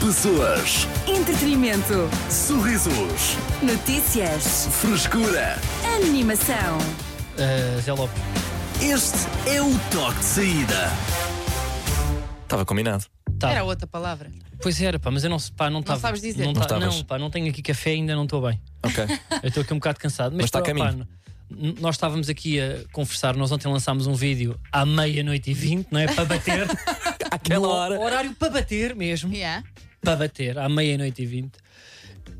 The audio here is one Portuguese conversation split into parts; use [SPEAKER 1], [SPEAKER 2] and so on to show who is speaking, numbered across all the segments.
[SPEAKER 1] Pessoas,
[SPEAKER 2] Entretenimento.
[SPEAKER 1] sorrisos,
[SPEAKER 2] Notícias.
[SPEAKER 1] frescura.
[SPEAKER 2] Animação.
[SPEAKER 3] Uh, Zé Lopes.
[SPEAKER 1] Este é o toque de saída.
[SPEAKER 4] Estava combinado.
[SPEAKER 3] Tá.
[SPEAKER 5] Era outra palavra.
[SPEAKER 3] Pois era, pá, mas eu não, pá, não estava.
[SPEAKER 5] sabes dizer.
[SPEAKER 3] Não,
[SPEAKER 5] Não
[SPEAKER 3] tá-
[SPEAKER 4] estavas.
[SPEAKER 3] não, pá, não tenho aqui café, ainda não estou bem.
[SPEAKER 4] Ok.
[SPEAKER 3] Eu estou aqui um bocado cansado. Mas,
[SPEAKER 4] Mas tá a
[SPEAKER 3] pá,
[SPEAKER 4] caminho.
[SPEAKER 3] pá, n- nós estávamos aqui a conversar, nós ontem lançámos um vídeo à meia-noite e vinte, não é? Para bater.
[SPEAKER 4] Aquela
[SPEAKER 3] No
[SPEAKER 4] hora.
[SPEAKER 3] Horário para bater mesmo.
[SPEAKER 5] Yeah.
[SPEAKER 3] Para bater, à meia-noite e vinte.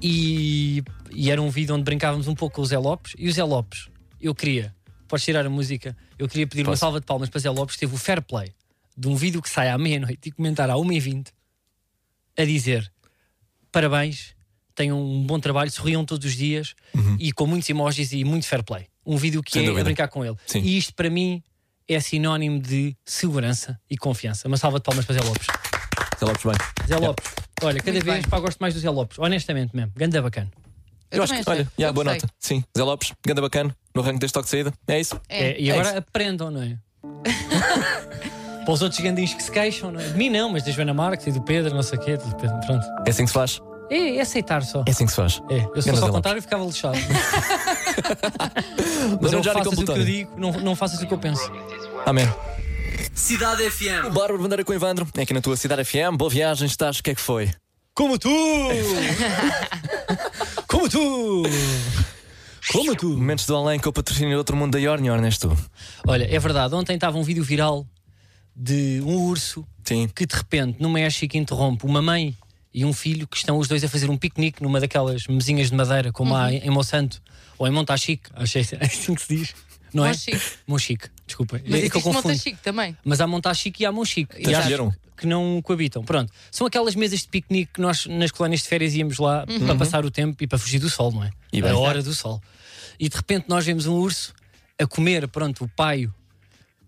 [SPEAKER 3] E, e era um vídeo onde brincávamos um pouco com o Zé Lopes. E o Zé Lopes, eu queria, podes tirar a música, eu queria pedir uma
[SPEAKER 4] Posso.
[SPEAKER 3] salva de palmas para Zé Lopes, que teve o fair play de um vídeo que sai à meia-noite e comentar à uma e vinte a dizer parabéns, tenham um bom trabalho, sorriam todos os dias e com muitos emojis e muito fair play. Um vídeo que
[SPEAKER 4] Uhum. Sem
[SPEAKER 3] é
[SPEAKER 4] dúvida.
[SPEAKER 3] a brincar com ele.
[SPEAKER 4] Sim.
[SPEAKER 3] E isto para mim é sinónimo de segurança e confiança. Uma salva de palmas para Zé Lopes.
[SPEAKER 4] Zé Lopes bem.
[SPEAKER 3] Zé Lopes, olha, cada
[SPEAKER 5] Muito
[SPEAKER 3] vez
[SPEAKER 5] bem.
[SPEAKER 3] pá, gosto mais do Zé Lopes, honestamente mesmo. Ganda bacana.
[SPEAKER 5] Eu,
[SPEAKER 4] Eu acho
[SPEAKER 5] também
[SPEAKER 4] que,
[SPEAKER 5] achei.
[SPEAKER 4] olha,
[SPEAKER 5] Eu
[SPEAKER 4] yeah, boa
[SPEAKER 5] gostei.
[SPEAKER 4] nota. Sim, Zé Lopes, ganda bacana, no ranking deste toque de saída. É isso?
[SPEAKER 5] É.
[SPEAKER 3] É, e agora
[SPEAKER 4] isso.
[SPEAKER 3] aprendam, não é? Para os outros gandinhos que se queixam, não é? De mim não, mas da Joana Marques e do Pedro, não sei o quê, do Pedro, pronto.
[SPEAKER 4] É assim que se faz?
[SPEAKER 3] É, é aceitar só.
[SPEAKER 4] É assim que se faz.
[SPEAKER 3] É, eu se
[SPEAKER 4] Ganda
[SPEAKER 3] fosse
[SPEAKER 4] Zé
[SPEAKER 3] ao
[SPEAKER 4] Lopes.
[SPEAKER 3] contrário, ficava lixado.
[SPEAKER 4] Mas
[SPEAKER 3] não
[SPEAKER 4] onde já era
[SPEAKER 3] faças o que eu
[SPEAKER 4] completório?
[SPEAKER 3] digo, não, não faças o que eu penso.
[SPEAKER 4] Amém.
[SPEAKER 1] Cidade FM.
[SPEAKER 4] Bárbara Bandeira com o Evandro, é aqui na tua cidade FM. Boa viagem, estás? O que é que foi?
[SPEAKER 3] Como tu! Como tu! Como tu!
[SPEAKER 4] Momentos do além com o patrocínio de outro mundo da Yorn, Yorn és tu.
[SPEAKER 3] Olha, é verdade, ontem estava um vídeo viral de um urso
[SPEAKER 4] Sim.
[SPEAKER 3] que de repente no México interrompe uma mãe e um filho que estão os dois a fazer um piquenique numa daquelas mesinhas de madeira como há
[SPEAKER 5] Uhum.
[SPEAKER 3] em Monsanto ou em Montachique, acho que é assim que se diz, não é?
[SPEAKER 5] Monchique.
[SPEAKER 3] Monchique, desculpa.
[SPEAKER 5] Mas
[SPEAKER 3] é que eu
[SPEAKER 5] existe
[SPEAKER 3] confundo.
[SPEAKER 5] Monta Chico também.
[SPEAKER 3] Mas há Montachique e há Monchique. E
[SPEAKER 4] Então
[SPEAKER 3] acho
[SPEAKER 4] escolheram.
[SPEAKER 3] que não coabitam. Pronto, são aquelas mesas de piquenique que nós nas colónias de férias íamos lá
[SPEAKER 5] Uhum.
[SPEAKER 3] para passar o tempo e para fugir do sol, não é?
[SPEAKER 4] E bem.
[SPEAKER 3] a hora do sol. E de repente nós vemos um urso a comer, pronto, o paio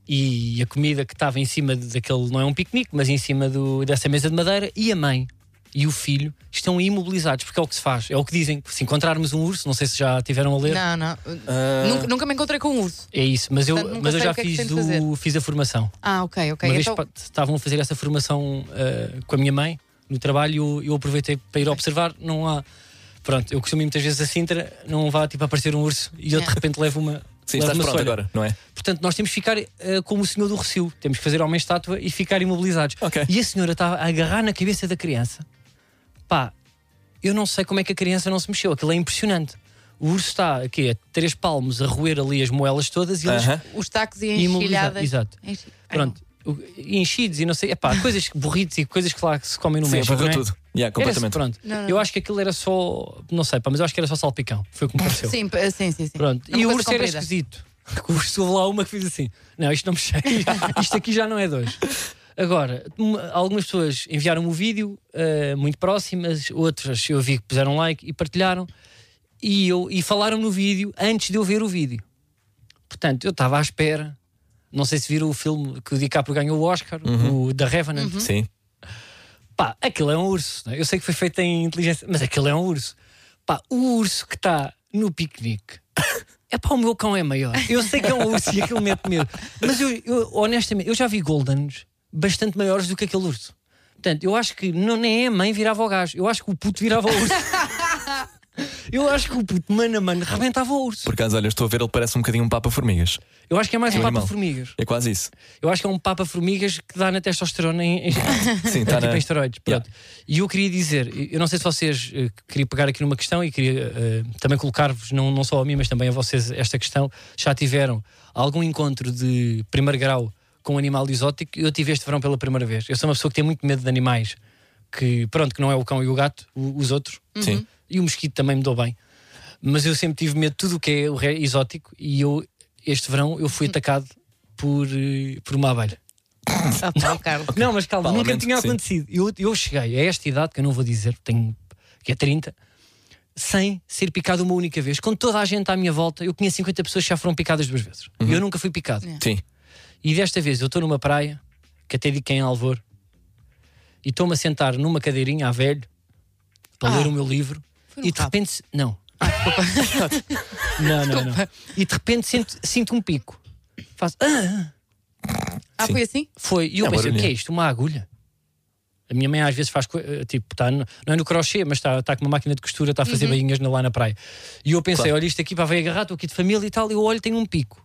[SPEAKER 3] e a comida que estava em cima de- daquele, não é um piquenique, mas em cima do- dessa mesa de madeira, e a mãe e o filho estão imobilizados, porque é o que se faz, é o que dizem. Se encontrarmos um urso, não sei se já tiveram a ler, Ah.
[SPEAKER 5] Não, não. Nunca, nunca me encontrei com um urso.
[SPEAKER 3] é isso, mas eu,
[SPEAKER 5] Portanto, nunca
[SPEAKER 3] mas eu
[SPEAKER 5] sei
[SPEAKER 3] já
[SPEAKER 5] o que é que
[SPEAKER 3] fiz,
[SPEAKER 5] tem de
[SPEAKER 3] do-
[SPEAKER 5] fazer.
[SPEAKER 3] fiz a formação.
[SPEAKER 5] Ah, ok, ok.
[SPEAKER 3] Uma
[SPEAKER 5] Então,
[SPEAKER 3] vez pa- estavam a fazer essa formação ah, com a minha mãe no trabalho e eu, eu aproveitei para ir observar. Não há. Pronto, eu costumo ir muitas vezes a Sintra, não vá tipo aparecer um urso e eu de
[SPEAKER 5] É.
[SPEAKER 3] repente levo uma.
[SPEAKER 4] Sim,
[SPEAKER 3] levo
[SPEAKER 4] estás
[SPEAKER 3] uma
[SPEAKER 4] pronto
[SPEAKER 3] solha.
[SPEAKER 4] agora, não é?
[SPEAKER 3] Portanto, nós temos que ficar ah, como o senhor do Recio, temos que fazer homem-estátua e ficar imobilizados.
[SPEAKER 4] Ok.
[SPEAKER 3] E a senhora estava a agarrar na cabeça da criança. Pá, eu não sei como é que a criança não se mexeu, aquilo é impressionante. O urso está aqui a três palmos a roer ali as moelas todas e eles
[SPEAKER 4] Aham.
[SPEAKER 5] os tacos e
[SPEAKER 3] Imobilizado,
[SPEAKER 5] enchilhadas.
[SPEAKER 3] exato.
[SPEAKER 5] Enchi- Ai,
[SPEAKER 3] Pronto, o- enchidos e não sei, epá, coisas burritos e coisas que lá que se comem no
[SPEAKER 4] Sim,
[SPEAKER 3] México.
[SPEAKER 4] abarrou
[SPEAKER 3] não é?
[SPEAKER 4] tudo. Yeah,
[SPEAKER 3] Era só-
[SPEAKER 4] completamente.
[SPEAKER 3] pronto.
[SPEAKER 5] Não, não,
[SPEAKER 3] Eu
[SPEAKER 5] não.
[SPEAKER 3] acho que aquilo era só, não sei, pá, mas eu acho que era só salpicão. Foi o que me
[SPEAKER 5] não.
[SPEAKER 3] pareceu.
[SPEAKER 5] Sim, p- sim, sim. sim.
[SPEAKER 3] Pronto.
[SPEAKER 5] Era uma
[SPEAKER 3] E o
[SPEAKER 5] coisa
[SPEAKER 3] urso era
[SPEAKER 5] comprida.
[SPEAKER 3] esquisito. O urso houve lá uma que fez assim: não, isto não me chega, isto aqui já não é dois. Agora, um, algumas pessoas enviaram o vídeo eh, muito próximas, outras eu vi que puseram like e partilharam e, eu, e falaram no vídeo antes de eu ver o vídeo. Portanto, eu estava à espera. Não sei se viram o filme que o DiCaprio ganhou o Oscar, o da
[SPEAKER 5] Uhum.
[SPEAKER 3] Revenant.
[SPEAKER 4] Sim.
[SPEAKER 3] Pá, aquilo é um urso. não é? Eu sei que foi feito em inteligência, mas aquilo é um urso. Pá, o urso que está no piquenique. É pá, o meu cão é maior. Eu sei que é um urso e aquilo mete medo. Mas eu, eu, honestamente, eu já vi Goldens bastante maiores do que aquele urso. Portanto, eu acho que não, nem é a mãe virava o gajo. Eu acho que o puto virava o urso. Eu acho que o puto, mano a mano, rebentava o urso.
[SPEAKER 4] Por acaso, olha, estou a ver, ele parece um bocadinho um Papa-Formigas.
[SPEAKER 3] Eu acho que é mais
[SPEAKER 4] É
[SPEAKER 3] um
[SPEAKER 4] um animal.
[SPEAKER 3] papa-formigas.
[SPEAKER 4] É quase isso.
[SPEAKER 3] Eu acho que é um papa-formigas que dá na testosterona em, em,
[SPEAKER 4] Sim,
[SPEAKER 3] Tá
[SPEAKER 4] está
[SPEAKER 3] tipo
[SPEAKER 4] na.
[SPEAKER 3] em esteroides. Pronto. E eu queria dizer, eu não sei se vocês eh, queria pegar aqui numa questão e queria eh, também colocar-vos, não, não só a mim, mas também a vocês, esta questão. Já tiveram algum encontro de primeiro grau com um animal exótico? Eu tive este verão pela primeira vez. Eu sou uma pessoa que tem muito medo de animais, que pronto, que não é o cão e o gato, o- os outros.
[SPEAKER 4] Uhum. Sim.
[SPEAKER 3] E o mosquito também me deu bem. Mas eu sempre tive medo de tudo o que é o re- exótico e eu, este verão, eu
[SPEAKER 4] Uhum.
[SPEAKER 3] fui atacado por, eh, por uma abelha.
[SPEAKER 5] Ah, pá, o Carlos.
[SPEAKER 3] Não, mas calma, nunca
[SPEAKER 4] Parlamento,
[SPEAKER 3] tinha
[SPEAKER 4] sim.
[SPEAKER 3] acontecido. Eu, eu cheguei a esta idade, que eu não vou dizer, tenho que é 30, sem ser picado uma única vez. Com toda a gente à minha volta, eu tinha 50 pessoas que já foram picadas duas vezes. E eu nunca fui picado.
[SPEAKER 5] Yeah.
[SPEAKER 4] Sim.
[SPEAKER 3] E desta vez eu estou numa praia, que até digo que é em Alvor, e estou-me a sentar numa cadeirinha à velho, para
[SPEAKER 5] Ah.
[SPEAKER 3] ler o meu livro,
[SPEAKER 5] Foi no
[SPEAKER 3] e de
[SPEAKER 5] rabo. Ah,
[SPEAKER 3] repente. Não. não, não, não. E de repente sinto, sinto um pico. Faço. "Ah, ah."
[SPEAKER 5] Ah, foi assim?
[SPEAKER 3] Foi. E eu
[SPEAKER 4] É
[SPEAKER 3] pensei, o
[SPEAKER 4] barulhento.
[SPEAKER 3] que é isto? Uma agulha? A minha mãe às vezes faz, co- eh, tipo, tá no- não é no crochê, mas está tá com uma máquina de costura, está a fazer
[SPEAKER 5] Uhum.
[SPEAKER 3] bainhas na- lá na praia. E eu pensei, olha, isto aqui para veio agarrar, estou aqui de família e tal, e eu olho, tem um pico.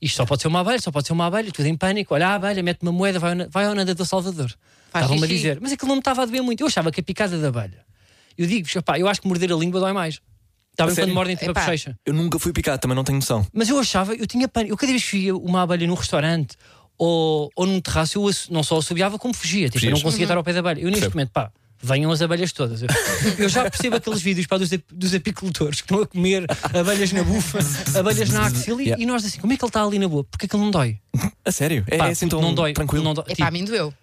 [SPEAKER 3] Isto só pode ser uma abelha, só pode ser uma abelha, tudo em pânico. Olha a abelha, mete uma moeda, vai, ao na- vai ao nadador do Salvador.
[SPEAKER 5] Faz
[SPEAKER 3] Estavam-me a
[SPEAKER 5] xixi.
[SPEAKER 3] dizer, mas aquilo não me estava a doer muito. Eu achava que a picada da abelha. Eu digo-vos, opá, eu acho que morder a língua dói mais. Está bem quando
[SPEAKER 4] sério?
[SPEAKER 3] mordem tipo a
[SPEAKER 5] Epá.
[SPEAKER 3] bochecha.
[SPEAKER 4] Eu nunca fui picado, também não tenho noção.
[SPEAKER 3] Mas eu achava, eu tinha pânico. Eu cada vez que via uma abelha num restaurante ou, ou num terraço, eu assu- não só assobiava como fugia. Tipo, eu não
[SPEAKER 4] Fugias.
[SPEAKER 3] conseguia
[SPEAKER 5] Uhum.
[SPEAKER 3] estar ao pé da abelha. Eu neste
[SPEAKER 4] Percebo.
[SPEAKER 3] momento, pá, venham as abelhas todas. Eu, eu já percebo aqueles vídeos pá, dos, ap- dos apicultores que estão a comer abelhas na bufa, abelhas na axila e-
[SPEAKER 4] Yeah.
[SPEAKER 3] e nós assim, como é que ele está ali na boa? Porque aquilo não dói.
[SPEAKER 4] A sério? É,
[SPEAKER 3] Pá,
[SPEAKER 4] assim tão
[SPEAKER 3] não dói.
[SPEAKER 4] tranquilo?
[SPEAKER 3] Não dói.
[SPEAKER 5] É
[SPEAKER 3] Tipo,
[SPEAKER 5] pá, a mim doeu.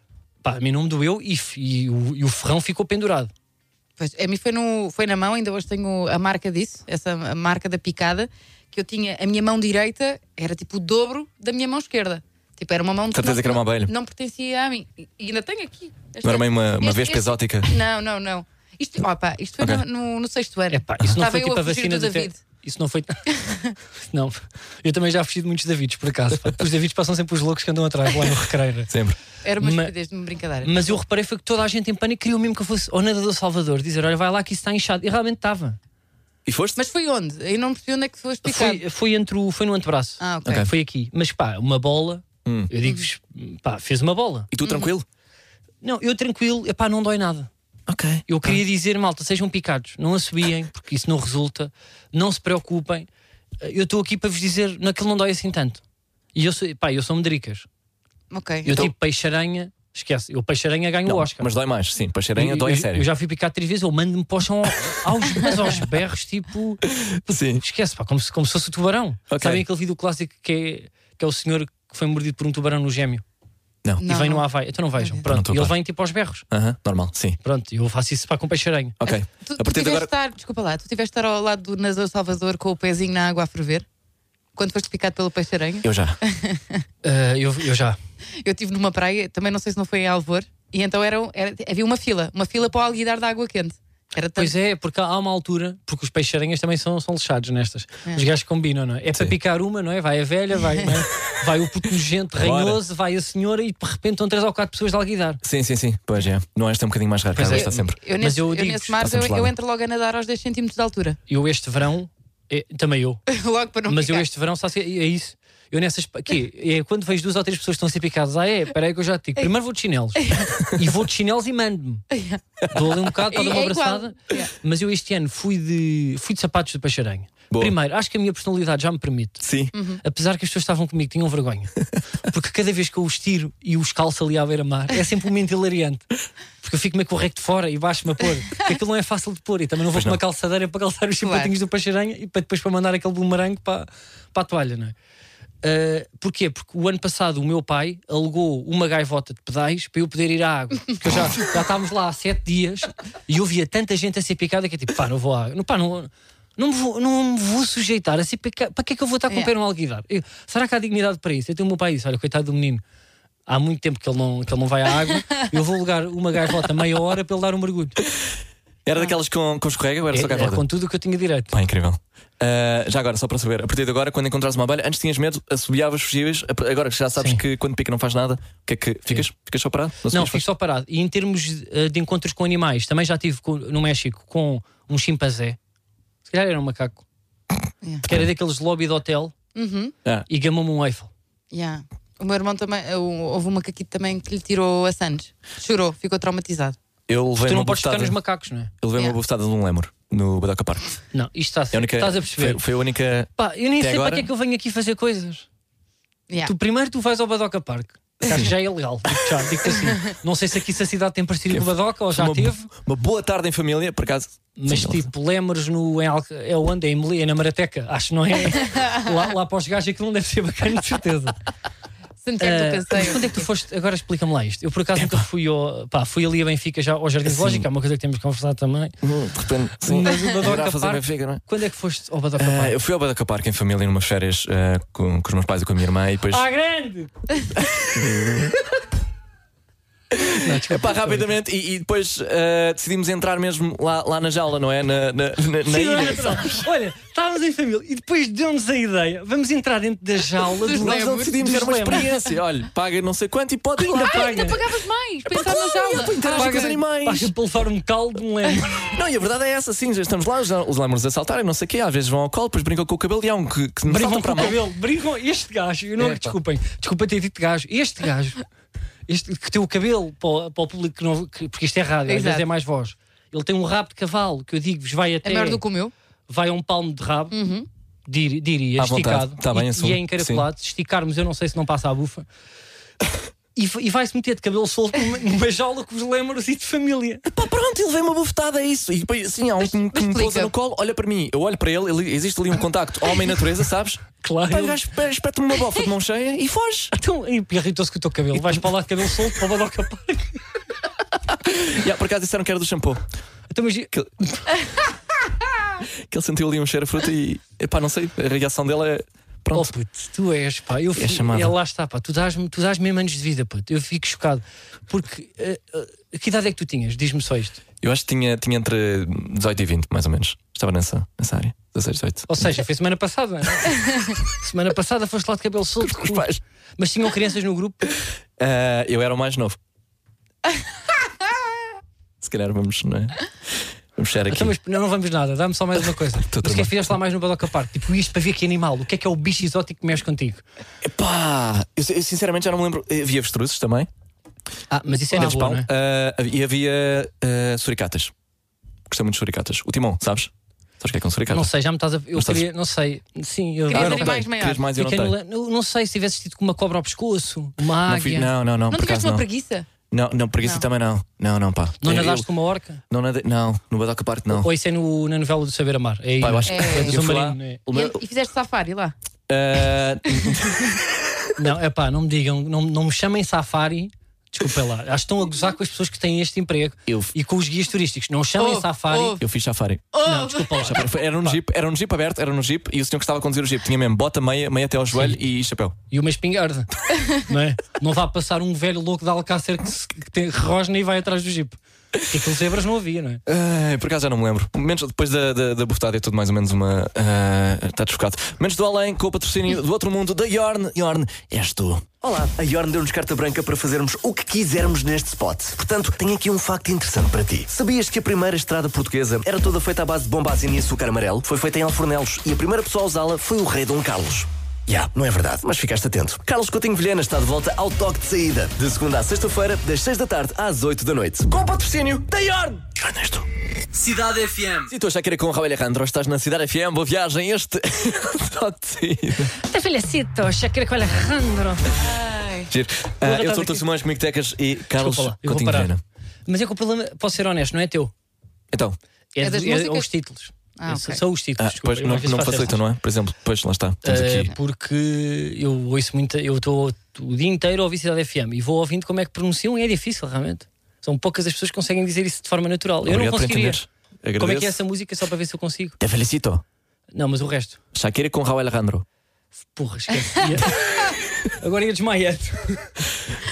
[SPEAKER 3] pá, a mim não me doeu e, f- e o, e o ferrão ficou pendurado.
[SPEAKER 5] Pois, a mim foi, no, foi na mão, ainda hoje tenho a marca disso, essa a marca da picada, que eu tinha, a minha mão direita era tipo o dobro da minha mão esquerda. Tipo, era uma mão de
[SPEAKER 4] Certeza
[SPEAKER 5] não,
[SPEAKER 4] que era uma abelha.
[SPEAKER 5] Não pertencia a mim. E e ainda tenho aqui. Esta-
[SPEAKER 4] Não era bem uma- uma
[SPEAKER 5] este-
[SPEAKER 4] vespa
[SPEAKER 5] este-
[SPEAKER 4] exótica?
[SPEAKER 5] Não, não, não. Isto, opa, isto foi
[SPEAKER 4] Ok.
[SPEAKER 5] no- no, no sexto ano.
[SPEAKER 3] É pá, isso não
[SPEAKER 5] Estava
[SPEAKER 3] foi
[SPEAKER 5] eu
[SPEAKER 3] tipo a
[SPEAKER 5] fugir
[SPEAKER 3] vacina
[SPEAKER 5] do
[SPEAKER 3] do
[SPEAKER 5] David.
[SPEAKER 3] te- Isso não foi. não. Eu também já fugi de muitos Davids, por acaso. pá. Os Davids passam sempre os loucos que andam atrás lá no recreio.
[SPEAKER 4] Sempre.
[SPEAKER 5] Era uma
[SPEAKER 3] Ma-
[SPEAKER 5] estupidez de uma brincadeira.
[SPEAKER 3] Mas eu reparei foi que toda a gente em pânico queria mesmo que eu fosse ao nadador Salvador dizer: Olha, vai lá que isso está inchado. E realmente estava.
[SPEAKER 4] E foste?
[SPEAKER 5] Mas foi onde? Eu não percebi onde é que foste picado.
[SPEAKER 3] Foi, foi, entre o, foi no antebraço.
[SPEAKER 5] Ah, ok.
[SPEAKER 4] Ok.
[SPEAKER 3] Foi aqui. Mas pá, uma bola. Eu digo-vos: pá, fez uma bola.
[SPEAKER 4] E tu tranquilo?
[SPEAKER 3] Não, eu tranquilo, epá, não dói nada.
[SPEAKER 4] Ok.
[SPEAKER 3] Eu queria dizer, malta, sejam picados, não assobiem, porque isso não resulta, não se preocupem. Eh, Eu estou aqui para vos dizer, naquilo não dói assim tanto. E eu sou, pá, eu sou medricas.
[SPEAKER 5] Ok.
[SPEAKER 3] Eu tipo peixe-aranha, esquece, eu peixe-aranha ganho
[SPEAKER 4] Então- Não,
[SPEAKER 3] o Oscar.
[SPEAKER 4] Mas dói mais, sim. Para cheirinha
[SPEAKER 3] eu,
[SPEAKER 4] dói a
[SPEAKER 3] eu-
[SPEAKER 4] sério.
[SPEAKER 3] eu já fui picado três vezes, eu mando-me para o chão ao- aos, mas aos berros, tipo,
[SPEAKER 4] Sim.
[SPEAKER 3] esquece, pá, como se, como se fosse o tubarão.
[SPEAKER 4] Ok.
[SPEAKER 3] Sabem aquele vídeo clássico que é, que é o senhor que foi mordido por um tubarão no gêmeo
[SPEAKER 4] Não.
[SPEAKER 3] e vem
[SPEAKER 5] não.
[SPEAKER 3] no Havaí? Então não vejam,
[SPEAKER 4] Não
[SPEAKER 3] pronto,
[SPEAKER 4] estou a
[SPEAKER 3] ele
[SPEAKER 4] par.
[SPEAKER 3] vem tipo aos berros.
[SPEAKER 4] Aham, normal, sim.
[SPEAKER 3] Pronto, eu faço isso para com peixe-aranha.
[SPEAKER 4] Ok.
[SPEAKER 5] Ah, Tu,
[SPEAKER 4] A
[SPEAKER 5] tu
[SPEAKER 4] partir
[SPEAKER 5] tiveste
[SPEAKER 4] de agora.
[SPEAKER 5] de estar, desculpa lá, tu tiveste de estar ao lado do Nazar Salvador com o pezinho na água a ferver? Quando foste picado pelo peixe-aranha?
[SPEAKER 4] Eu já.
[SPEAKER 3] Ah, eu, eu já.
[SPEAKER 5] Eu estive numa praia, também não sei se não foi em Alvor, e então era, era- havia uma fila, uma fila para o alguidar da água quente. Era tanto-
[SPEAKER 3] Pois é, porque há uma altura, porque os peixes-aranhas também são, são lixados nestas. Os gajos combinam, não é? É para picar uma, não é? Vai a velha, vai, não é? vai o puto nojento,
[SPEAKER 4] Bora.
[SPEAKER 3] ranhoso, vai a senhora e de repente estão três ou quatro pessoas de alguidar.
[SPEAKER 4] Sim, sim, sim. Pois é. Não, esta é um bocadinho mais raro.
[SPEAKER 3] Pois
[SPEAKER 4] Carla,
[SPEAKER 3] é.
[SPEAKER 4] está sempre.
[SPEAKER 5] Eu
[SPEAKER 3] Mas
[SPEAKER 5] nesse,
[SPEAKER 3] eu
[SPEAKER 5] eu
[SPEAKER 3] digo,
[SPEAKER 5] nesse mar
[SPEAKER 4] está
[SPEAKER 5] eu,
[SPEAKER 4] sempre
[SPEAKER 5] eu
[SPEAKER 4] lá.
[SPEAKER 5] entro logo a nadar aos 10 centímetros de altura.
[SPEAKER 3] Eu este verão, é, também eu,
[SPEAKER 5] logo para não
[SPEAKER 3] mas
[SPEAKER 5] ficar.
[SPEAKER 3] eu este verão, sabe, é é isso. Eu nessas. Quê? É quando vejo duas ou três pessoas que estão a ser picadas. Ah, é, peraí que eu já te digo. Primeiro vou de chinelos. e vou de chinelos e mando-me. Dou ali um bocado, para
[SPEAKER 5] É-
[SPEAKER 3] dar uma
[SPEAKER 5] é igual.
[SPEAKER 3] abraçada.
[SPEAKER 5] Yeah.
[SPEAKER 3] Mas eu este ano fui de, fui de sapatos de peixe-aranha.
[SPEAKER 4] Boa.
[SPEAKER 3] Primeiro, acho que a minha personalidade já me permite.
[SPEAKER 4] Sim.
[SPEAKER 3] Apesar que as pessoas estavam comigo, tinham vergonha. Porque cada vez que eu os tiro e os calço ali à beira-mar, é sempre um momento hilariante. Porque eu fico meio correto de fora e baixo-me a pôr. Porque aquilo não é fácil de pôr. E também não vou com uma calçadeira para calçar os
[SPEAKER 5] Claro.
[SPEAKER 3] sapatinhos do peixe-aranha e para depois para mandar aquele bumerangue para, para a toalha, não é? Ah, porquê? Porque o ano passado o meu pai alegou uma gaivota de pedais para eu poder ir à água. Porque eu já, já estávamos lá há sete dias e eu via tanta gente a ser picada que é tipo, pá, não vou à água. Não, pá, não, não, me vou, não me vou sujeitar a ser picada. Para que é que eu vou estar com
[SPEAKER 5] É.
[SPEAKER 3] o pé no alguidar? Eu- será que há dignidade para isso? Então o meu pai disse: olha, coitado do menino, há muito tempo que ele não, que ele não vai à água, eu vou alugar uma gaivota meia hora para ele dar um mergulho.
[SPEAKER 4] Era daquelas com, com escorrega ou era
[SPEAKER 3] Ah. É,
[SPEAKER 4] só
[SPEAKER 3] é,
[SPEAKER 4] carroda?
[SPEAKER 3] com tudo o que eu tinha direito.
[SPEAKER 4] Pá, incrível. Ah, já agora, só para saber, a partir de agora, quando encontrares uma abelha, antes tinhas medo, assobiavas, fugias. a- Agora que já sabes
[SPEAKER 3] Sim.
[SPEAKER 4] que quando pica não faz nada, o que é que ficas? Ficas só parado?
[SPEAKER 3] Não,
[SPEAKER 4] assobias,
[SPEAKER 3] fico só parado. E em termos eh, de encontros com animais, também já tive com- no México com um chimpanzé. Se calhar era um macaco.
[SPEAKER 5] Yeah.
[SPEAKER 3] Que era daqueles lobby de hotel
[SPEAKER 5] É. Uhum,
[SPEAKER 4] Ah,
[SPEAKER 3] e gamou-me um Eiffel.
[SPEAKER 5] yeah. O meu irmão também, eh, o- houve um macaquito também que lhe tirou a Sandes. Chorou, ficou traumatizado.
[SPEAKER 4] eu levei
[SPEAKER 3] Tu
[SPEAKER 4] uma
[SPEAKER 3] não podes
[SPEAKER 4] bofetada.
[SPEAKER 3] tocar nos macacos, não é?
[SPEAKER 4] Eu levei
[SPEAKER 5] Yeah.
[SPEAKER 4] uma bofetada de um lemur no Badoca Park.
[SPEAKER 3] Não, isto está a
[SPEAKER 4] É a
[SPEAKER 3] ser.
[SPEAKER 4] única-
[SPEAKER 3] Estás a perceber?
[SPEAKER 4] Foi, foi a única.
[SPEAKER 3] Pá, eu nem
[SPEAKER 4] Até
[SPEAKER 3] sei
[SPEAKER 4] agora-
[SPEAKER 3] para que é que eu venho aqui fazer coisas.
[SPEAKER 5] Yeah.
[SPEAKER 3] Tu primeiro tu vais ao Badoca Park. que Acho que já é ilegal. digo-te já, digo-te assim. Não sei se aqui se a cidade tem parceria com o Badoca ou já
[SPEAKER 4] uma,
[SPEAKER 3] teve,
[SPEAKER 4] uma boa tarde em família, por acaso.
[SPEAKER 3] mas
[SPEAKER 4] Sim,
[SPEAKER 3] tipo, Lemos no. Em, Al- é onde? É em Melia, na Marateca. Acho que não é. lá, lá para os gajos aquilo não deve ser bacana, de certeza.
[SPEAKER 5] Santiago
[SPEAKER 4] eh,
[SPEAKER 3] Ah,
[SPEAKER 5] do
[SPEAKER 3] mas
[SPEAKER 5] Canseio.
[SPEAKER 3] quando é que tu foste? Agora explica-me lá isto. Eu por acaso nunca fui ao. Pá, fui ali a Benfica já ao Jardim
[SPEAKER 4] Assim.
[SPEAKER 3] Lógico, é uma coisa que temos que conversar também.
[SPEAKER 4] Hum, de repente, sim.
[SPEAKER 3] Mas o
[SPEAKER 4] Agora a
[SPEAKER 3] Badoca
[SPEAKER 4] fazer
[SPEAKER 3] Park.
[SPEAKER 4] Benfica, não é?
[SPEAKER 3] Quando é que foste ao Badoca
[SPEAKER 4] Ah,
[SPEAKER 3] Park?
[SPEAKER 4] eu fui ao Badoca Park em família, numas férias ah,
[SPEAKER 3] Tá
[SPEAKER 4] com, com os meus pais e com a minha irmã, e depois.
[SPEAKER 3] À grande!
[SPEAKER 4] É pá, rapidamente, e, e depois eh, decidimos entrar mesmo lá, lá na jaula, não é? Na, na, na, na
[SPEAKER 3] Sim, não é
[SPEAKER 4] ilha.
[SPEAKER 3] natural. Olha, estávamos em família e depois deu-nos a ideia. Vamos entrar dentro da jaula
[SPEAKER 5] Dos
[SPEAKER 3] do
[SPEAKER 4] Nós não
[SPEAKER 5] lembro.
[SPEAKER 4] decidimos, era uma experiência. Olha, paga não sei quanto e pode ir lá.
[SPEAKER 5] Ah, ainda pagavas mais para entrar na jaula.
[SPEAKER 4] interagir com os animais.
[SPEAKER 3] Basta para levar um caldo de um leme.
[SPEAKER 4] Não, e a verdade é essa, sim, já estamos lá, os, os lâmuros a saltarem, não sei o quê, às vezes vão ao colo, depois brincam com o cabelo e há um que, que me
[SPEAKER 3] Brincam
[SPEAKER 4] salta
[SPEAKER 3] com
[SPEAKER 4] para
[SPEAKER 3] o
[SPEAKER 4] a mão. É,
[SPEAKER 3] cabelo. Brincam. Este gajo, eu não,
[SPEAKER 4] Epa.
[SPEAKER 3] desculpem, desculpa ter dito gajo. Este gajo, este, que tem o cabelo para o, para o público que não. que- porque isto é rádio, às
[SPEAKER 5] Exato.
[SPEAKER 3] vezes é mais voz. Ele tem um rabo de cavalo que eu digo-vos vai
[SPEAKER 5] É
[SPEAKER 3] até.
[SPEAKER 5] maior do que o Uhum. meu.
[SPEAKER 3] vai a um palmo de rabo, dir- diria,
[SPEAKER 4] À vontade.
[SPEAKER 3] esticado.
[SPEAKER 4] Tá bem,
[SPEAKER 3] e,
[SPEAKER 4] assumo.
[SPEAKER 3] e é encaracolado. Se esticarmos, eu não sei se não passa a bufa. E, fa- e vai-se meter de cabelo solto numa, numa jaula com os lêmuros e de família.
[SPEAKER 4] Pá, pronto, ele veio uma bufetada, é isso. E depois, assim, há um que, me- que me
[SPEAKER 5] explica.
[SPEAKER 4] pousa no colo, olha para mim, eu olho para ele, ele- existe ali um contacto homem-natureza, sabes?
[SPEAKER 3] Claro.
[SPEAKER 4] Pá, o gajo pe- espeta-me uma bofa de mão cheia e foge.
[SPEAKER 3] Então, e irritou-se com o teu cabelo. Vais para lá de cabelo solto para o Badoca Park.
[SPEAKER 4] E, ah, por acaso disseram que era do shampoo.
[SPEAKER 3] Então, mas,
[SPEAKER 4] Que... que ele sentiu ali um cheiro a fruta e, pá, não sei, a reação dele é.
[SPEAKER 3] oh,
[SPEAKER 4] Pronto.
[SPEAKER 3] puto, tu és, pá. Eu fico,
[SPEAKER 4] chamada.
[SPEAKER 3] é, lá está, pá. Tu dás-me tu dás mesmo anos de vida, puto. Eu fico chocado. Porque, eh, eh, que idade é que tu tinhas? Diz-me só isto.
[SPEAKER 4] Eu acho que tinha, tinha entre 18 e 20, mais ou menos. Estava nessa, nessa área. 16, 18.
[SPEAKER 3] Ou seja, foi semana passada, não é? semana passada foste lá de cabelo solto.
[SPEAKER 4] Os pais.
[SPEAKER 3] Mas tinham crianças no grupo?
[SPEAKER 4] Ah, eu era o mais novo. Se calhar vamos, não é? Vamos chegar aqui.
[SPEAKER 3] Então, mas não, não vamos nada, dá-me só mais uma coisa. mas o que
[SPEAKER 4] Tô
[SPEAKER 3] é
[SPEAKER 4] tramado.
[SPEAKER 3] que fizeste lá mais no Badoca Park? Tipo, isto para ver que animal, o que é que é o bicho exótico que mexe contigo?
[SPEAKER 4] Epá, eu, eu sinceramente já não me lembro. Havia avestruzes também.
[SPEAKER 3] Ah, mas isso é na
[SPEAKER 4] Deles
[SPEAKER 3] boa,
[SPEAKER 4] pau.
[SPEAKER 3] não é?
[SPEAKER 4] Ah, e havia ah, suricatas. Gostei muito de suricatas. O Timão, sabes? Sabes o que é que é um suricata?
[SPEAKER 3] Não sei, já me estás a. Eu
[SPEAKER 4] Não sabes?
[SPEAKER 3] queria, não sei. Sim, eu
[SPEAKER 5] Querias
[SPEAKER 3] agora
[SPEAKER 4] tenho.
[SPEAKER 5] animais maiores.
[SPEAKER 4] Querias mais eu não
[SPEAKER 3] fiquei
[SPEAKER 4] tenho.
[SPEAKER 3] no le- não, não sei se tivesse tido com uma cobra ao pescoço, uma
[SPEAKER 4] Não,
[SPEAKER 3] águia.
[SPEAKER 4] fui- não, não, não,
[SPEAKER 5] Não
[SPEAKER 4] por
[SPEAKER 5] tiveste
[SPEAKER 4] acaso
[SPEAKER 5] uma
[SPEAKER 4] não.
[SPEAKER 5] preguiça?
[SPEAKER 4] Não, não, preguiça
[SPEAKER 5] Não.
[SPEAKER 4] também não. Não, não, pá.
[SPEAKER 3] Não
[SPEAKER 4] Eu-
[SPEAKER 3] nadaste
[SPEAKER 4] eu-
[SPEAKER 3] com uma orca?
[SPEAKER 4] Não, nadei- não, no Badoca Park não.
[SPEAKER 3] Ou isso é no- na novela do Saber Amar? É aí.
[SPEAKER 4] Pá, eu acho
[SPEAKER 3] não
[SPEAKER 4] que
[SPEAKER 3] é?
[SPEAKER 5] É.
[SPEAKER 3] do
[SPEAKER 4] eu fui lá,
[SPEAKER 3] submarino, não é?
[SPEAKER 4] o
[SPEAKER 5] E,
[SPEAKER 4] meu-
[SPEAKER 5] e fizeste safari lá?
[SPEAKER 4] ah,
[SPEAKER 3] Não, é pá, não me digam, não, não me chamem safari. Desculpa lá, acho que estão a gozar com as pessoas que têm este emprego
[SPEAKER 4] Eu-
[SPEAKER 3] e com os guias turísticos. Não chamem
[SPEAKER 5] Ouve,
[SPEAKER 3] safari.
[SPEAKER 5] ouve,
[SPEAKER 4] eu fiz safari.
[SPEAKER 3] Oh!
[SPEAKER 5] ouve.
[SPEAKER 3] Desculpa lá.
[SPEAKER 4] Era- Era um jeep, era um jeep aberto, era um jeep, e o senhor que estava a conduzir o jeep tinha mesmo bota meia, meia até ao joelho e chapéu.
[SPEAKER 3] e uma espingarda. não, é? não vá passar um velho louco de Alcácer que, se, que tem rosna e vai atrás do jipe. Porque aqueles zebras não havia, não é?
[SPEAKER 4] Ai, por acaso já não me lembro. Menos depois da, da, da bufetada é tudo mais ou menos uma. ah, Está desfocado. Menos do além, com o patrocínio do outro mundo, da Yorn. Yorn, és tu.
[SPEAKER 6] Olá, a Yorn deu-nos carta branca para fazermos o que quisermos neste spot. Portanto, tenho aqui um facto interessante para ti. Sabias que a primeira estrada portuguesa era toda feita à base de bombazina e açúcar amarelo? Foi feita em Alfornelos e a primeira pessoa a usá-la foi o rei Dom Carlos. Já, não é verdade, mas ficaste atento. Carlos Coutinho Vilhena está de volta ao toque de saída, de segunda à sexta-feira, das seis da tarde às oito da noite. Com o patrocínio da Yorn! Yorn, és tu.
[SPEAKER 1] Cidade FM.
[SPEAKER 4] E tu já que era com o Raul Alejandro, estás na Cidade FM, boa viagem. Este. Só te-
[SPEAKER 2] Te felicito, Shakira com Alejandro.
[SPEAKER 4] Giro. Ah,
[SPEAKER 3] Vou
[SPEAKER 4] eu
[SPEAKER 3] voltar
[SPEAKER 4] sou o Tom
[SPEAKER 3] daqui.
[SPEAKER 4] Simões, comigo Tecas e Carlos
[SPEAKER 3] Desculpa lá, eu vou
[SPEAKER 4] Coutinho
[SPEAKER 3] parar.
[SPEAKER 4] Vilhena.
[SPEAKER 3] Mas é que o problema, posso ser honesto, não é teu.
[SPEAKER 4] Então,
[SPEAKER 3] É,
[SPEAKER 5] É das
[SPEAKER 3] do- é-
[SPEAKER 5] músicas?
[SPEAKER 3] os títulos.
[SPEAKER 5] Ah,
[SPEAKER 3] É,
[SPEAKER 5] ok.
[SPEAKER 3] São os
[SPEAKER 4] ah,
[SPEAKER 3] títulos. desculpa,
[SPEAKER 4] pois
[SPEAKER 3] eu
[SPEAKER 4] não,
[SPEAKER 3] às vezes
[SPEAKER 4] não
[SPEAKER 3] faço
[SPEAKER 4] facilitam,
[SPEAKER 3] essas.
[SPEAKER 4] não é? Por exemplo, pois lá está. Temos
[SPEAKER 3] Eh,
[SPEAKER 4] aqui.
[SPEAKER 3] porque eu ouço muito, eu estou o dia inteiro a ouvir Cidade FM e vou ouvindo como é que pronunciam e é difícil, realmente. São poucas as pessoas que conseguem dizer isso de forma natural. eu
[SPEAKER 4] Obrigado
[SPEAKER 3] não
[SPEAKER 4] por
[SPEAKER 3] conseguiria.
[SPEAKER 4] entenderes. Agradeço.
[SPEAKER 3] Como é que é essa música, só para ver se eu consigo?
[SPEAKER 4] Te felicito.
[SPEAKER 3] Não, mas o resto.
[SPEAKER 4] Shakira com Raul Alejandro.
[SPEAKER 3] Porra, esquece. Ia- Agora ia desmaiar.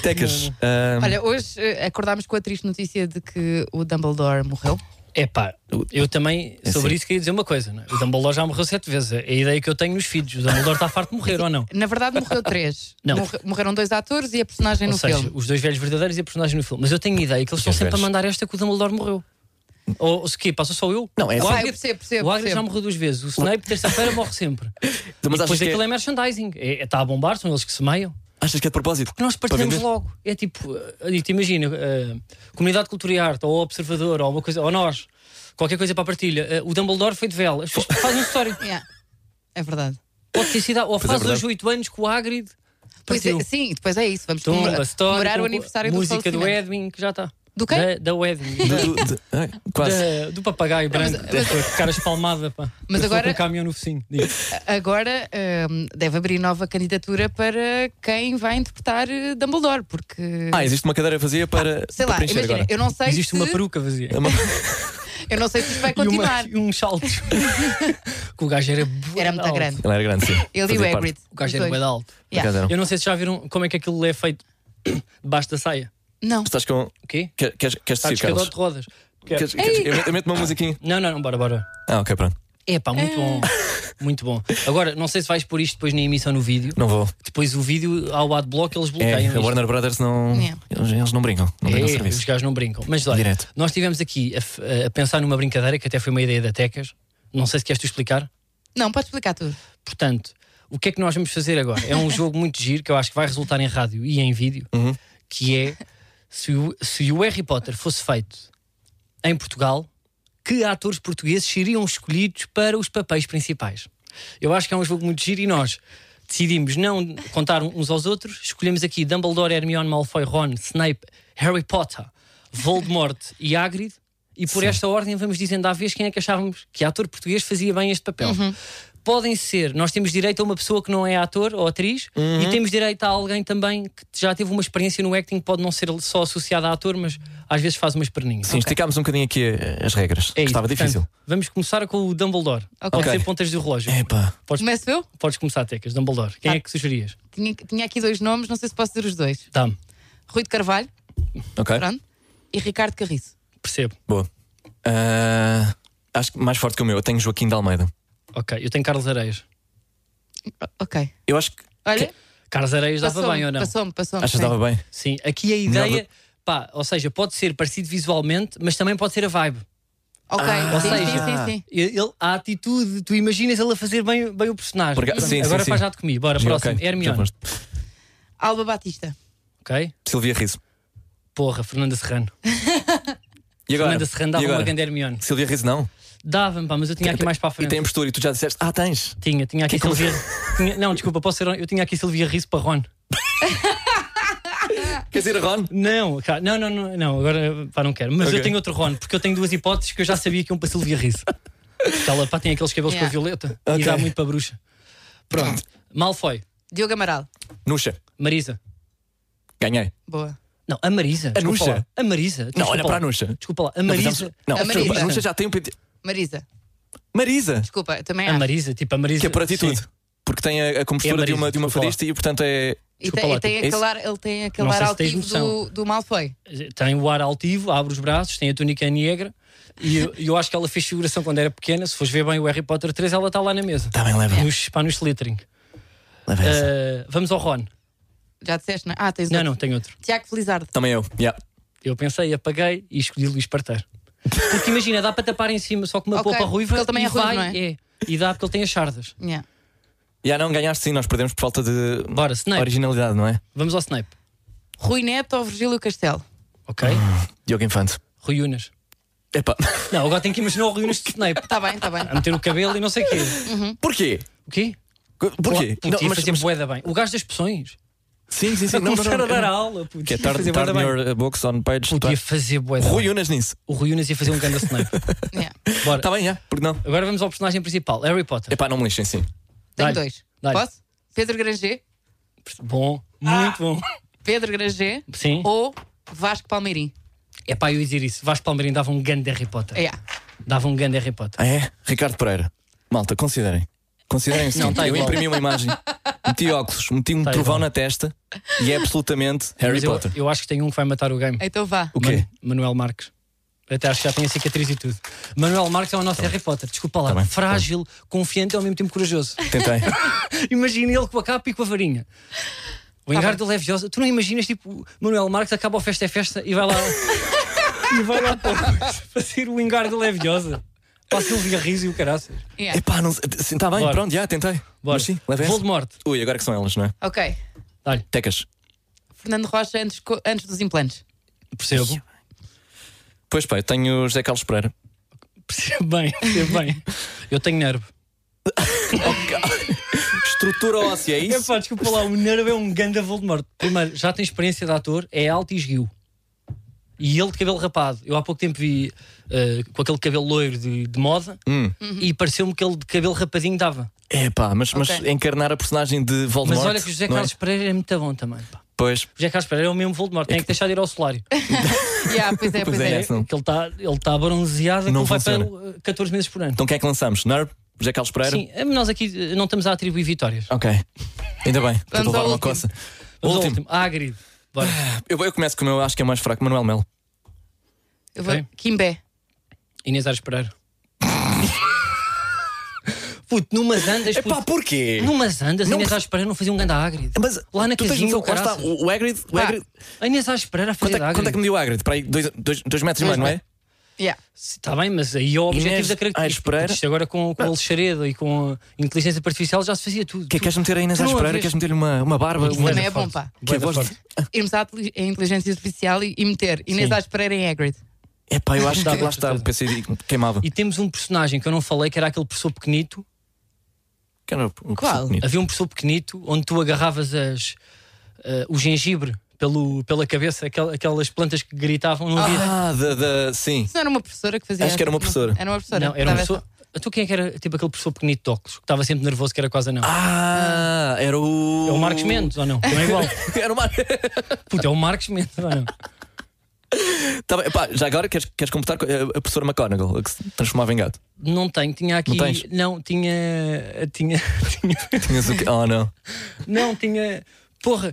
[SPEAKER 4] Tecas. ah,
[SPEAKER 5] Olha, hoje eh, acordámos com a triste notícia de que o Dumbledore morreu.
[SPEAKER 3] É pá, eu também
[SPEAKER 4] É
[SPEAKER 3] sobre
[SPEAKER 4] sim.
[SPEAKER 3] isso queria dizer uma coisa. Não é? O Dumbledore já morreu sete vezes. É a ideia que eu tenho nos filhos. O Dumbledore está farto de morrer ou não?
[SPEAKER 5] Na verdade, morreu três.
[SPEAKER 3] Não.
[SPEAKER 5] Morre- morreram dois atores e a personagem
[SPEAKER 3] Ou
[SPEAKER 5] É no
[SPEAKER 3] seja,
[SPEAKER 5] filme.
[SPEAKER 3] os dois velhos verdadeiros e a personagem no filme. Mas eu tenho a ideia que eles estão
[SPEAKER 4] Os
[SPEAKER 3] sempre
[SPEAKER 4] velhos.
[SPEAKER 3] a mandar esta que o Dumbledore morreu. Ou ou se quê? Passa só eu?
[SPEAKER 4] Não, é
[SPEAKER 3] o
[SPEAKER 4] assim.
[SPEAKER 5] Ah, eu percebo, percebo,
[SPEAKER 3] o Hagrid já
[SPEAKER 5] percebo.
[SPEAKER 3] morreu duas vezes. O Snape, terça-feira, morre sempre.
[SPEAKER 4] Mas
[SPEAKER 3] Mas
[SPEAKER 4] achas
[SPEAKER 3] depois
[SPEAKER 4] que é-
[SPEAKER 3] aquilo é, merchandising. É- Está a bombar, são eles que semeiam.
[SPEAKER 4] Achas que é de propósito?
[SPEAKER 3] Porque nós
[SPEAKER 4] Para
[SPEAKER 3] partilhamos
[SPEAKER 4] vender?
[SPEAKER 3] logo. É tipo, eh, dito, imagina, eh, comunidade de cultura e arte, ou observador, ou alguma coisa, ou nós, qualquer coisa para a partilha. Eh, o Dumbledore foi de vela. As pessoas fazem um história.
[SPEAKER 5] Yeah. É verdade.
[SPEAKER 3] Pode ter sido, ou
[SPEAKER 4] é
[SPEAKER 3] faz
[SPEAKER 4] verdade.
[SPEAKER 3] hoje 8 anos com o Hagrid.
[SPEAKER 5] Pois é,
[SPEAKER 3] partiu.
[SPEAKER 5] sim, depois é isso. Vamos
[SPEAKER 3] Tumba,
[SPEAKER 5] comemora-
[SPEAKER 3] história,
[SPEAKER 5] comemorar o
[SPEAKER 3] com-
[SPEAKER 5] aniversário do
[SPEAKER 3] Música do
[SPEAKER 5] falecimento.
[SPEAKER 3] Edwin, que já está.
[SPEAKER 5] Do quem?
[SPEAKER 3] Da, da Edwin.
[SPEAKER 4] Do- do- de- ah, quase.
[SPEAKER 3] Da- do papagaio branco, com a cara espalmada, pá.
[SPEAKER 5] Mas
[SPEAKER 3] Pessoa
[SPEAKER 5] agora-
[SPEAKER 3] com um caminhão no focinho. Diga.
[SPEAKER 5] Agora hum, deve abrir nova candidatura para quem vai interpretar eh, Dumbledore, porque.
[SPEAKER 4] Ah, existe uma cadeira vazia para.
[SPEAKER 5] Ah, sei
[SPEAKER 4] para
[SPEAKER 5] lá,
[SPEAKER 4] preencher
[SPEAKER 5] imagina,
[SPEAKER 4] agora.
[SPEAKER 5] eu não sei
[SPEAKER 3] Existe
[SPEAKER 5] se.
[SPEAKER 3] uma peruca vazia.
[SPEAKER 4] É uma-
[SPEAKER 5] Eu não sei se isto vai
[SPEAKER 3] E, uma,
[SPEAKER 5] continuar.
[SPEAKER 3] e um salto. que o gajo era. bué
[SPEAKER 5] Era muito
[SPEAKER 3] alto.
[SPEAKER 5] grande.
[SPEAKER 4] Ela era grande, sim.
[SPEAKER 5] Ele e
[SPEAKER 4] Fazia
[SPEAKER 5] o
[SPEAKER 4] parte.
[SPEAKER 5] Hagrid.
[SPEAKER 3] O gajo
[SPEAKER 5] os
[SPEAKER 3] era
[SPEAKER 5] dois.
[SPEAKER 3] bué de alto.
[SPEAKER 4] Por acaso um-
[SPEAKER 5] Yeah.
[SPEAKER 4] eram.
[SPEAKER 3] Eu não sei se já viram como é que aquilo é feito debaixo da saia.
[SPEAKER 5] Não.
[SPEAKER 4] Estás com.
[SPEAKER 3] O quê?
[SPEAKER 4] Quer- Queres queres
[SPEAKER 3] Está
[SPEAKER 4] dizer,
[SPEAKER 3] descador
[SPEAKER 4] Carlos?
[SPEAKER 3] de rodas.
[SPEAKER 4] Queres- queres- Eu meto- eu meto uma musiquinha.
[SPEAKER 3] Não, não, não, bora, bora.
[SPEAKER 4] Ah, ok, pronto.
[SPEAKER 3] É pá, muito bom.
[SPEAKER 5] Ah.
[SPEAKER 3] Muito bom. Agora, não sei se vais pôr isto depois na emissão no vídeo.
[SPEAKER 4] Não vou.
[SPEAKER 3] Depois o vídeo ao adblock eles
[SPEAKER 4] É,
[SPEAKER 3] bloqueiam.
[SPEAKER 4] a
[SPEAKER 3] isto.
[SPEAKER 4] Warner Brothers não.
[SPEAKER 5] É.
[SPEAKER 4] Eles, eles não brincam. Não brincam de
[SPEAKER 3] É,
[SPEAKER 4] serviço.
[SPEAKER 3] os gajos não brincam. Mas olha,
[SPEAKER 4] Direto.
[SPEAKER 3] nós estivemos aqui a, f- a pensar numa brincadeira que até foi uma ideia da Tecas. Não sei se queres tu explicar.
[SPEAKER 5] Não, podes explicar tudo.
[SPEAKER 3] Portanto, o que é que nós vamos fazer agora? É um jogo muito giro que eu acho que vai resultar em rádio e em vídeo, que é se o, se o Harry Potter fosse feito em Portugal, que atores portugueses seriam escolhidos para os papéis principais? Eu acho que é um jogo muito giro e nós decidimos não contar uns aos outros, escolhemos aqui Dumbledore, Hermione, Malfoy, Ron, Snape, Harry Potter, Voldemort e Hagrid. E por esta ordem vamos dizendo à vez quem é que achávamos que ator português fazia bem este papel. Podem ser, nós temos direito a uma pessoa que não é ator ou atriz e temos direito a alguém também que já teve uma experiência no acting, pode não ser só associada a ator, mas às vezes faz umas perninhas.
[SPEAKER 4] Sim, esticámos um bocadinho aqui eh, as regras.
[SPEAKER 3] É isso,
[SPEAKER 4] Estava
[SPEAKER 3] portanto,
[SPEAKER 4] difícil.
[SPEAKER 3] Vamos começar com o Dumbledore.
[SPEAKER 5] Ok.
[SPEAKER 3] Pode
[SPEAKER 4] Ok. É.
[SPEAKER 3] ser pontas do relógio.
[SPEAKER 4] Epá.
[SPEAKER 3] Podes,
[SPEAKER 5] Começo eu?
[SPEAKER 3] podes começar, Tecas. Dumbledore. Quem é que sugerias?
[SPEAKER 5] Tinha, tinha aqui dois nomes, não sei se posso dizer os dois.
[SPEAKER 3] Dá-me.
[SPEAKER 5] Rui de Carvalho,
[SPEAKER 4] Ok.
[SPEAKER 5] pronto, e Ricardo Carriço.
[SPEAKER 3] Percebo.
[SPEAKER 4] Boa. Ah, acho que mais forte que o meu. Eu tenho Joaquim de Almeida.
[SPEAKER 3] Ok. Eu tenho Carlos Areias. Ah.
[SPEAKER 5] Ok.
[SPEAKER 4] Eu acho que.
[SPEAKER 5] Olha,
[SPEAKER 3] Carlos Areias dava
[SPEAKER 5] passou-me,
[SPEAKER 3] bem ou não?
[SPEAKER 5] Passou-me, passou-me.
[SPEAKER 4] Achas que
[SPEAKER 5] sim.
[SPEAKER 4] dava bem?
[SPEAKER 3] Sim. Aqui a ideia. Pá, ou seja, pode ser parecido visualmente, mas também pode ser a vibe.
[SPEAKER 5] Ok,
[SPEAKER 3] Ah, ou
[SPEAKER 5] sim,
[SPEAKER 3] seja-
[SPEAKER 5] sim, sim, sim.
[SPEAKER 3] Ele, a atitude, tu imaginas ele a fazer bem, bem o personagem.
[SPEAKER 4] Porque-
[SPEAKER 3] Portanto,
[SPEAKER 4] sim, sim,
[SPEAKER 3] agora
[SPEAKER 4] sim.
[SPEAKER 3] faz já de comigo. Bora,
[SPEAKER 4] Giro,
[SPEAKER 3] próximo.
[SPEAKER 4] ok. Já
[SPEAKER 3] Hermione.
[SPEAKER 4] foste.
[SPEAKER 5] Alba Batista,
[SPEAKER 3] Ok?
[SPEAKER 4] Silvia Riso.
[SPEAKER 3] Porra, Fernanda Serrano.
[SPEAKER 4] E agora?
[SPEAKER 3] Fernanda Serrano
[SPEAKER 4] E
[SPEAKER 3] dava uma
[SPEAKER 4] agora?
[SPEAKER 3] grande Hermione.
[SPEAKER 4] Silvia Riso não.
[SPEAKER 3] Dava-me, pá, mas eu tinha aqui mais para a
[SPEAKER 4] E
[SPEAKER 3] frente.
[SPEAKER 4] tem postura e tu já disseste. Ah, tens.
[SPEAKER 3] Tinha, tinha aqui Silvia. tinha- não, desculpa, posso ser. Eu tinha aqui Silvia Riso para Ron.
[SPEAKER 4] Queres ir a Ron?
[SPEAKER 3] Não, cá- não, não, não, não, agora pá, não quero. Mas
[SPEAKER 4] Ok.
[SPEAKER 3] eu tenho outro Ron, porque eu tenho duas hipóteses que eu já sabia que iam para Silvia Riso. Porque ela pá, tem aqueles cabelos
[SPEAKER 5] Yeah.
[SPEAKER 3] com a violeta
[SPEAKER 4] Ok.
[SPEAKER 3] e dá muito para bruxa. Pronto. Malfoy,
[SPEAKER 5] Diogo Amaral.
[SPEAKER 4] Nuxa.
[SPEAKER 3] Marisa.
[SPEAKER 4] Ganhei.
[SPEAKER 5] Boa.
[SPEAKER 3] Não, a Marisa. desculpa
[SPEAKER 4] Nuxa?
[SPEAKER 3] lá. A Marisa.
[SPEAKER 4] Não,
[SPEAKER 3] desculpa
[SPEAKER 4] olha
[SPEAKER 3] lá.
[SPEAKER 4] para a Nuxa.
[SPEAKER 3] Desculpa lá, a
[SPEAKER 4] Não,
[SPEAKER 3] Marisa.
[SPEAKER 4] Não,
[SPEAKER 5] A
[SPEAKER 4] desculpa,
[SPEAKER 5] Marisa.
[SPEAKER 4] a Nuxa já tem um pente-
[SPEAKER 5] Marisa,
[SPEAKER 4] Marisa.
[SPEAKER 5] desculpa, eu também
[SPEAKER 3] A
[SPEAKER 5] acho.
[SPEAKER 3] Marisa, tipo a Marisa.
[SPEAKER 4] Que é por atitude.
[SPEAKER 3] Sim.
[SPEAKER 4] Porque tem a, a compostura
[SPEAKER 3] É Marisa,
[SPEAKER 4] de uma, de uma
[SPEAKER 3] desculpa lá.
[SPEAKER 4] fadista e, portanto, é.
[SPEAKER 5] E
[SPEAKER 3] Desculpa
[SPEAKER 5] tem,
[SPEAKER 3] lá,
[SPEAKER 5] e tem
[SPEAKER 4] tipo,
[SPEAKER 5] aquele ar, ele tem aquele
[SPEAKER 3] Não
[SPEAKER 5] ar
[SPEAKER 3] sei se tens
[SPEAKER 5] altivo
[SPEAKER 3] noção.
[SPEAKER 5] do, do Malfoy.
[SPEAKER 3] Tem o ar altivo, abre os braços, tem a túnica negra. E eu, eu acho que ela fez figuração quando era pequena. Se fores ver bem o Harry Potter 3, ela está lá na mesa.
[SPEAKER 4] Está Tá bem, leva.
[SPEAKER 3] Nos, pá, no Slytherin.
[SPEAKER 4] leva essa.
[SPEAKER 3] Ah, vamos ao Ron.
[SPEAKER 5] Já disseste, não? Ah, tens
[SPEAKER 3] Não,
[SPEAKER 5] outro.
[SPEAKER 3] não, tem outro.
[SPEAKER 5] Tiago Felizardo.
[SPEAKER 4] Também eu. Yeah.
[SPEAKER 3] Eu pensei, apaguei e escolhi Luís Parteiro. Porque imagina, dá para tapar em cima só com uma
[SPEAKER 5] Ok,
[SPEAKER 3] polpa ruiva.
[SPEAKER 5] porque ele também
[SPEAKER 3] e
[SPEAKER 5] é ruivo,
[SPEAKER 3] vai,
[SPEAKER 5] não é?
[SPEAKER 3] E dá porque ele tem as chardas.
[SPEAKER 5] Yeah.
[SPEAKER 4] Já não ganhaste sim, nós perdemos por falta de
[SPEAKER 3] Bora, Snape.
[SPEAKER 4] originalidade, não é?
[SPEAKER 3] Vamos ao Snape.
[SPEAKER 5] Rui Neto ou Virgílio Castelo?
[SPEAKER 3] Ok?
[SPEAKER 4] Diogo Infante.
[SPEAKER 3] Rui Unas.
[SPEAKER 4] Epá.
[SPEAKER 3] Não, agora tenho que imaginar o Rui Unas de Snape.
[SPEAKER 5] Está Tá bem, está bem.
[SPEAKER 3] A meter o cabelo e não sei o quê.
[SPEAKER 4] Porquê?
[SPEAKER 3] O quê?
[SPEAKER 4] Porquê?
[SPEAKER 3] Puto, ia fazer bué da bem. O gajo das pessoas.
[SPEAKER 4] Sim, sim, sim.
[SPEAKER 3] Para
[SPEAKER 4] Não, não,
[SPEAKER 3] começar
[SPEAKER 4] não,
[SPEAKER 3] a dar
[SPEAKER 4] não.
[SPEAKER 3] a aula. Puto,
[SPEAKER 4] Que é
[SPEAKER 3] ia
[SPEAKER 4] tarde,
[SPEAKER 3] fazer bué da
[SPEAKER 4] tarde
[SPEAKER 3] bem.
[SPEAKER 4] your uh, books on page.
[SPEAKER 3] Puto, ia fazer bué da bem.
[SPEAKER 4] Rui Unas nisso.
[SPEAKER 3] O Rui Unas ia fazer um grande Snape.
[SPEAKER 5] Yeah.
[SPEAKER 3] Bora.
[SPEAKER 4] Está bem, já? Porque não?
[SPEAKER 3] Agora vamos ao personagem principal, Harry Potter.
[SPEAKER 4] Epá, não me lixem, sim.
[SPEAKER 3] Dá-lhe,
[SPEAKER 5] Tenho dois.
[SPEAKER 3] dá-lhe.
[SPEAKER 5] Posso? Pedro Granger,
[SPEAKER 3] Bom, muito bom.
[SPEAKER 5] Pedro Granger
[SPEAKER 3] Sim.
[SPEAKER 5] ou Vasco Palmeirim. É,
[SPEAKER 3] É pá, eu ia dizer isso. Vasco Palmeirinho dava um grande Harry Potter.
[SPEAKER 5] Yeah.
[SPEAKER 3] Dava um grande Harry Potter.
[SPEAKER 4] Ah, é? Ricardo Pereira. Malta, considerem. Considerem sim.
[SPEAKER 3] Não, tá
[SPEAKER 4] Eu
[SPEAKER 3] igual.
[SPEAKER 4] imprimi uma imagem, meti óculos, meti um
[SPEAKER 3] Tá
[SPEAKER 4] trovão
[SPEAKER 3] igual.
[SPEAKER 4] na testa e é absolutamente Harry
[SPEAKER 3] Mas eu,
[SPEAKER 4] Potter.
[SPEAKER 3] eu acho que tem um que vai matar o game.
[SPEAKER 5] Então vá.
[SPEAKER 4] O quê?
[SPEAKER 3] Man- Manuel Marques. Até acho que já tem a cicatriz e tudo. Manuel Marques é o nosso Harry Potter. Desculpa lá.
[SPEAKER 4] Tá bem, tá
[SPEAKER 3] Frágil, confiante e ao mesmo tempo corajoso.
[SPEAKER 4] Tentei.
[SPEAKER 3] Imagina ele com a capa e com a varinha. O
[SPEAKER 4] Tá
[SPEAKER 3] engardo da leviosa. Tu não imaginas, tipo, Manuel Marques acaba o festa é festa e vai lá. e vai lá pô, fazer o engardo da leviosa. Para a Silvia Riso e o caraças.
[SPEAKER 5] Yeah.
[SPEAKER 4] Epá, não Está bem,
[SPEAKER 3] Bora.
[SPEAKER 4] pronto, já, tentei.
[SPEAKER 3] Bora.
[SPEAKER 4] Mas sim, leva essa.
[SPEAKER 3] Voldemort.
[SPEAKER 4] Ui, agora que são elas, não é?
[SPEAKER 5] Ok.
[SPEAKER 3] Dá-lhe,
[SPEAKER 4] Tecas.
[SPEAKER 5] Fernando Rocha antes, co- antes dos implantes.
[SPEAKER 3] percebo.
[SPEAKER 4] Pois pá, eu tenho o José Carlos Pereira.
[SPEAKER 3] Percebo bem, percebo bem. Eu tenho nervo.
[SPEAKER 4] Estrutura óssea, é
[SPEAKER 3] É
[SPEAKER 4] isso?
[SPEAKER 3] pá, desculpa lá, o Nervo é um ganda Voldemort. Primeiro, já tem experiência de ator, é alto e esguio. E ele de cabelo rapado. Eu há pouco tempo vi eh, com aquele cabelo loiro de, de moda
[SPEAKER 4] Hum.
[SPEAKER 3] e pareceu-me que ele de cabelo rapadinho dava.
[SPEAKER 4] É pá, mas, mas
[SPEAKER 5] Ok.
[SPEAKER 4] encarnar a personagem de
[SPEAKER 3] Mas
[SPEAKER 4] Voldemort.
[SPEAKER 3] olha que o José
[SPEAKER 4] não é?
[SPEAKER 3] Carlos Pereira é muito bom também. Pá.
[SPEAKER 4] Pois,
[SPEAKER 3] O José Carlos Pereira é o mesmo Voldemort, tem que deixar de ir ao solário.
[SPEAKER 5] Yeah, pois é,
[SPEAKER 4] Pois
[SPEAKER 5] pois,
[SPEAKER 4] é,
[SPEAKER 5] é.
[SPEAKER 4] essa. Não.
[SPEAKER 3] Que ele está ele tá bronzeado,
[SPEAKER 4] Não
[SPEAKER 3] que vai
[SPEAKER 4] funciona.
[SPEAKER 3] para eh, 14 meses por ano.
[SPEAKER 4] então quem é que lançamos? Nerb? José Carlos Pereira?
[SPEAKER 3] Sim, eh, nós aqui eh, não estamos a atribuir vitórias.
[SPEAKER 4] Ok. Ainda bem, estou a
[SPEAKER 5] Vamos ao
[SPEAKER 4] levar uma
[SPEAKER 5] último.
[SPEAKER 4] coça.
[SPEAKER 3] Vamos ao
[SPEAKER 4] Ah, Último.
[SPEAKER 3] último. Hagrid. Bora.
[SPEAKER 4] Eu, eu começo com o meu, acho que é mais fraco, Manuel Melo.
[SPEAKER 5] Eu vou.
[SPEAKER 3] Ok.
[SPEAKER 5] Quimbé.
[SPEAKER 3] Inês Aires Pereira. Puto, numas andas. Puto,
[SPEAKER 4] Pá, porquê?
[SPEAKER 3] numas andas, a
[SPEAKER 4] Não
[SPEAKER 3] Inês
[SPEAKER 4] que-
[SPEAKER 3] Aires Pereira não fazia um ganda ágrido.
[SPEAKER 4] Mas
[SPEAKER 3] Lá na
[SPEAKER 4] tu tens
[SPEAKER 3] casinha,
[SPEAKER 4] noção,
[SPEAKER 3] o
[SPEAKER 4] lá está,
[SPEAKER 3] caraças.
[SPEAKER 4] o o Hagrid, o
[SPEAKER 3] Pá,
[SPEAKER 4] Hagrid
[SPEAKER 3] A Inês Aires Pereira a fazer
[SPEAKER 4] quanto, é, quanto é que
[SPEAKER 3] ágrido.
[SPEAKER 4] mediu o Hagrid? Para aí, dois, dois, dois metros e meio, não é?
[SPEAKER 5] Yeah.
[SPEAKER 3] Está bem, mas aí é o objetivo
[SPEAKER 4] Inês
[SPEAKER 3] da
[SPEAKER 4] Aires
[SPEAKER 3] característica.
[SPEAKER 4] Pereira.
[SPEAKER 3] Isto agora com, com o Alexaredo e com a inteligência artificial já se fazia tudo.
[SPEAKER 4] Que, queres meter aí nas
[SPEAKER 3] Tu não
[SPEAKER 4] Aires
[SPEAKER 3] a
[SPEAKER 4] Pereira?
[SPEAKER 3] vês.
[SPEAKER 4] Queres meter-lhe uma, uma barba?
[SPEAKER 3] Isso
[SPEAKER 4] uma-
[SPEAKER 5] Também é
[SPEAKER 3] forte.
[SPEAKER 5] bom, pá.
[SPEAKER 4] Que é
[SPEAKER 3] Bué da
[SPEAKER 4] voz-
[SPEAKER 3] forte.
[SPEAKER 5] Irmos à tele- à inteligência artificial e, e meter Inês
[SPEAKER 3] Sim.
[SPEAKER 5] Aires Pereira em Hagrid.
[SPEAKER 4] É pá, eu acho
[SPEAKER 3] Dá,
[SPEAKER 4] que lá
[SPEAKER 3] com
[SPEAKER 4] está,
[SPEAKER 3] certeza.
[SPEAKER 4] pensei, queimava.
[SPEAKER 3] E temos um personagem que eu não falei, que era aquele professor pequenito.
[SPEAKER 4] Que era o- o
[SPEAKER 5] Qual?
[SPEAKER 4] bonito.
[SPEAKER 3] Havia um professor pequenito onde tu agarravas as, ah, o gengibre pelo, pela cabeça, aquel- aquelas plantas que gritavam. Não havia.
[SPEAKER 4] Ah, da, da- sim.
[SPEAKER 5] Isso não era uma professora que fazia.
[SPEAKER 4] Acho que era uma professora.
[SPEAKER 5] Era uma professora.
[SPEAKER 3] Não, era um
[SPEAKER 5] Dava
[SPEAKER 3] professor. Tu quem é que era tipo aquele professor pequenito de óculos que estava sempre nervoso, que era quase não?
[SPEAKER 4] Ah, era o.
[SPEAKER 3] É o Marcos Mendes ou não? Não é igual.
[SPEAKER 4] Era o Mar...
[SPEAKER 3] Puta, é o Marcos Mendes ou não?
[SPEAKER 4] Tá bem, pá, já agora queres, queres computar co- eh, a a professora McGonagall, a que se transformava em gato?
[SPEAKER 3] Não tenho, tinha aqui.
[SPEAKER 4] Não tens?
[SPEAKER 3] não tinha. Tinha. tinha
[SPEAKER 4] Tinhas o quê? Oh, não.
[SPEAKER 3] Não, tinha. Porra,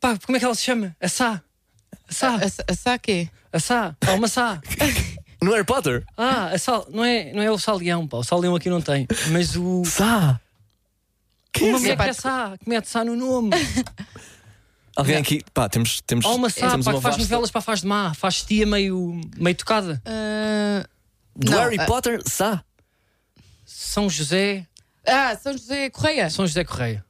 [SPEAKER 3] pá, como é que ela se chama? A Sá. A Sá.
[SPEAKER 5] A, a, a Sá quê?
[SPEAKER 3] A Sá. Pá, uma Sá.
[SPEAKER 4] No Harry Potter?
[SPEAKER 3] Ah, a Sá. Não é, não é o Salião, pá. O Salião aqui não tem. Mas o.
[SPEAKER 4] Sá!
[SPEAKER 3] Uma mulher
[SPEAKER 5] Epá,
[SPEAKER 3] que é Sá, que mete Sá no nome.
[SPEAKER 4] Alguém aqui, pá, temos. temos
[SPEAKER 3] Há uma Sá,
[SPEAKER 4] temos
[SPEAKER 3] pá, que faz
[SPEAKER 4] vasta-
[SPEAKER 3] novelas, pá, faz de má. Faz tia meio, meio tocada.
[SPEAKER 5] Ah,
[SPEAKER 4] Do
[SPEAKER 5] Não,
[SPEAKER 4] Harry
[SPEAKER 5] ah.
[SPEAKER 4] Potter, Sá!
[SPEAKER 3] São José.
[SPEAKER 5] ah, São José Correia.
[SPEAKER 3] São José Correia.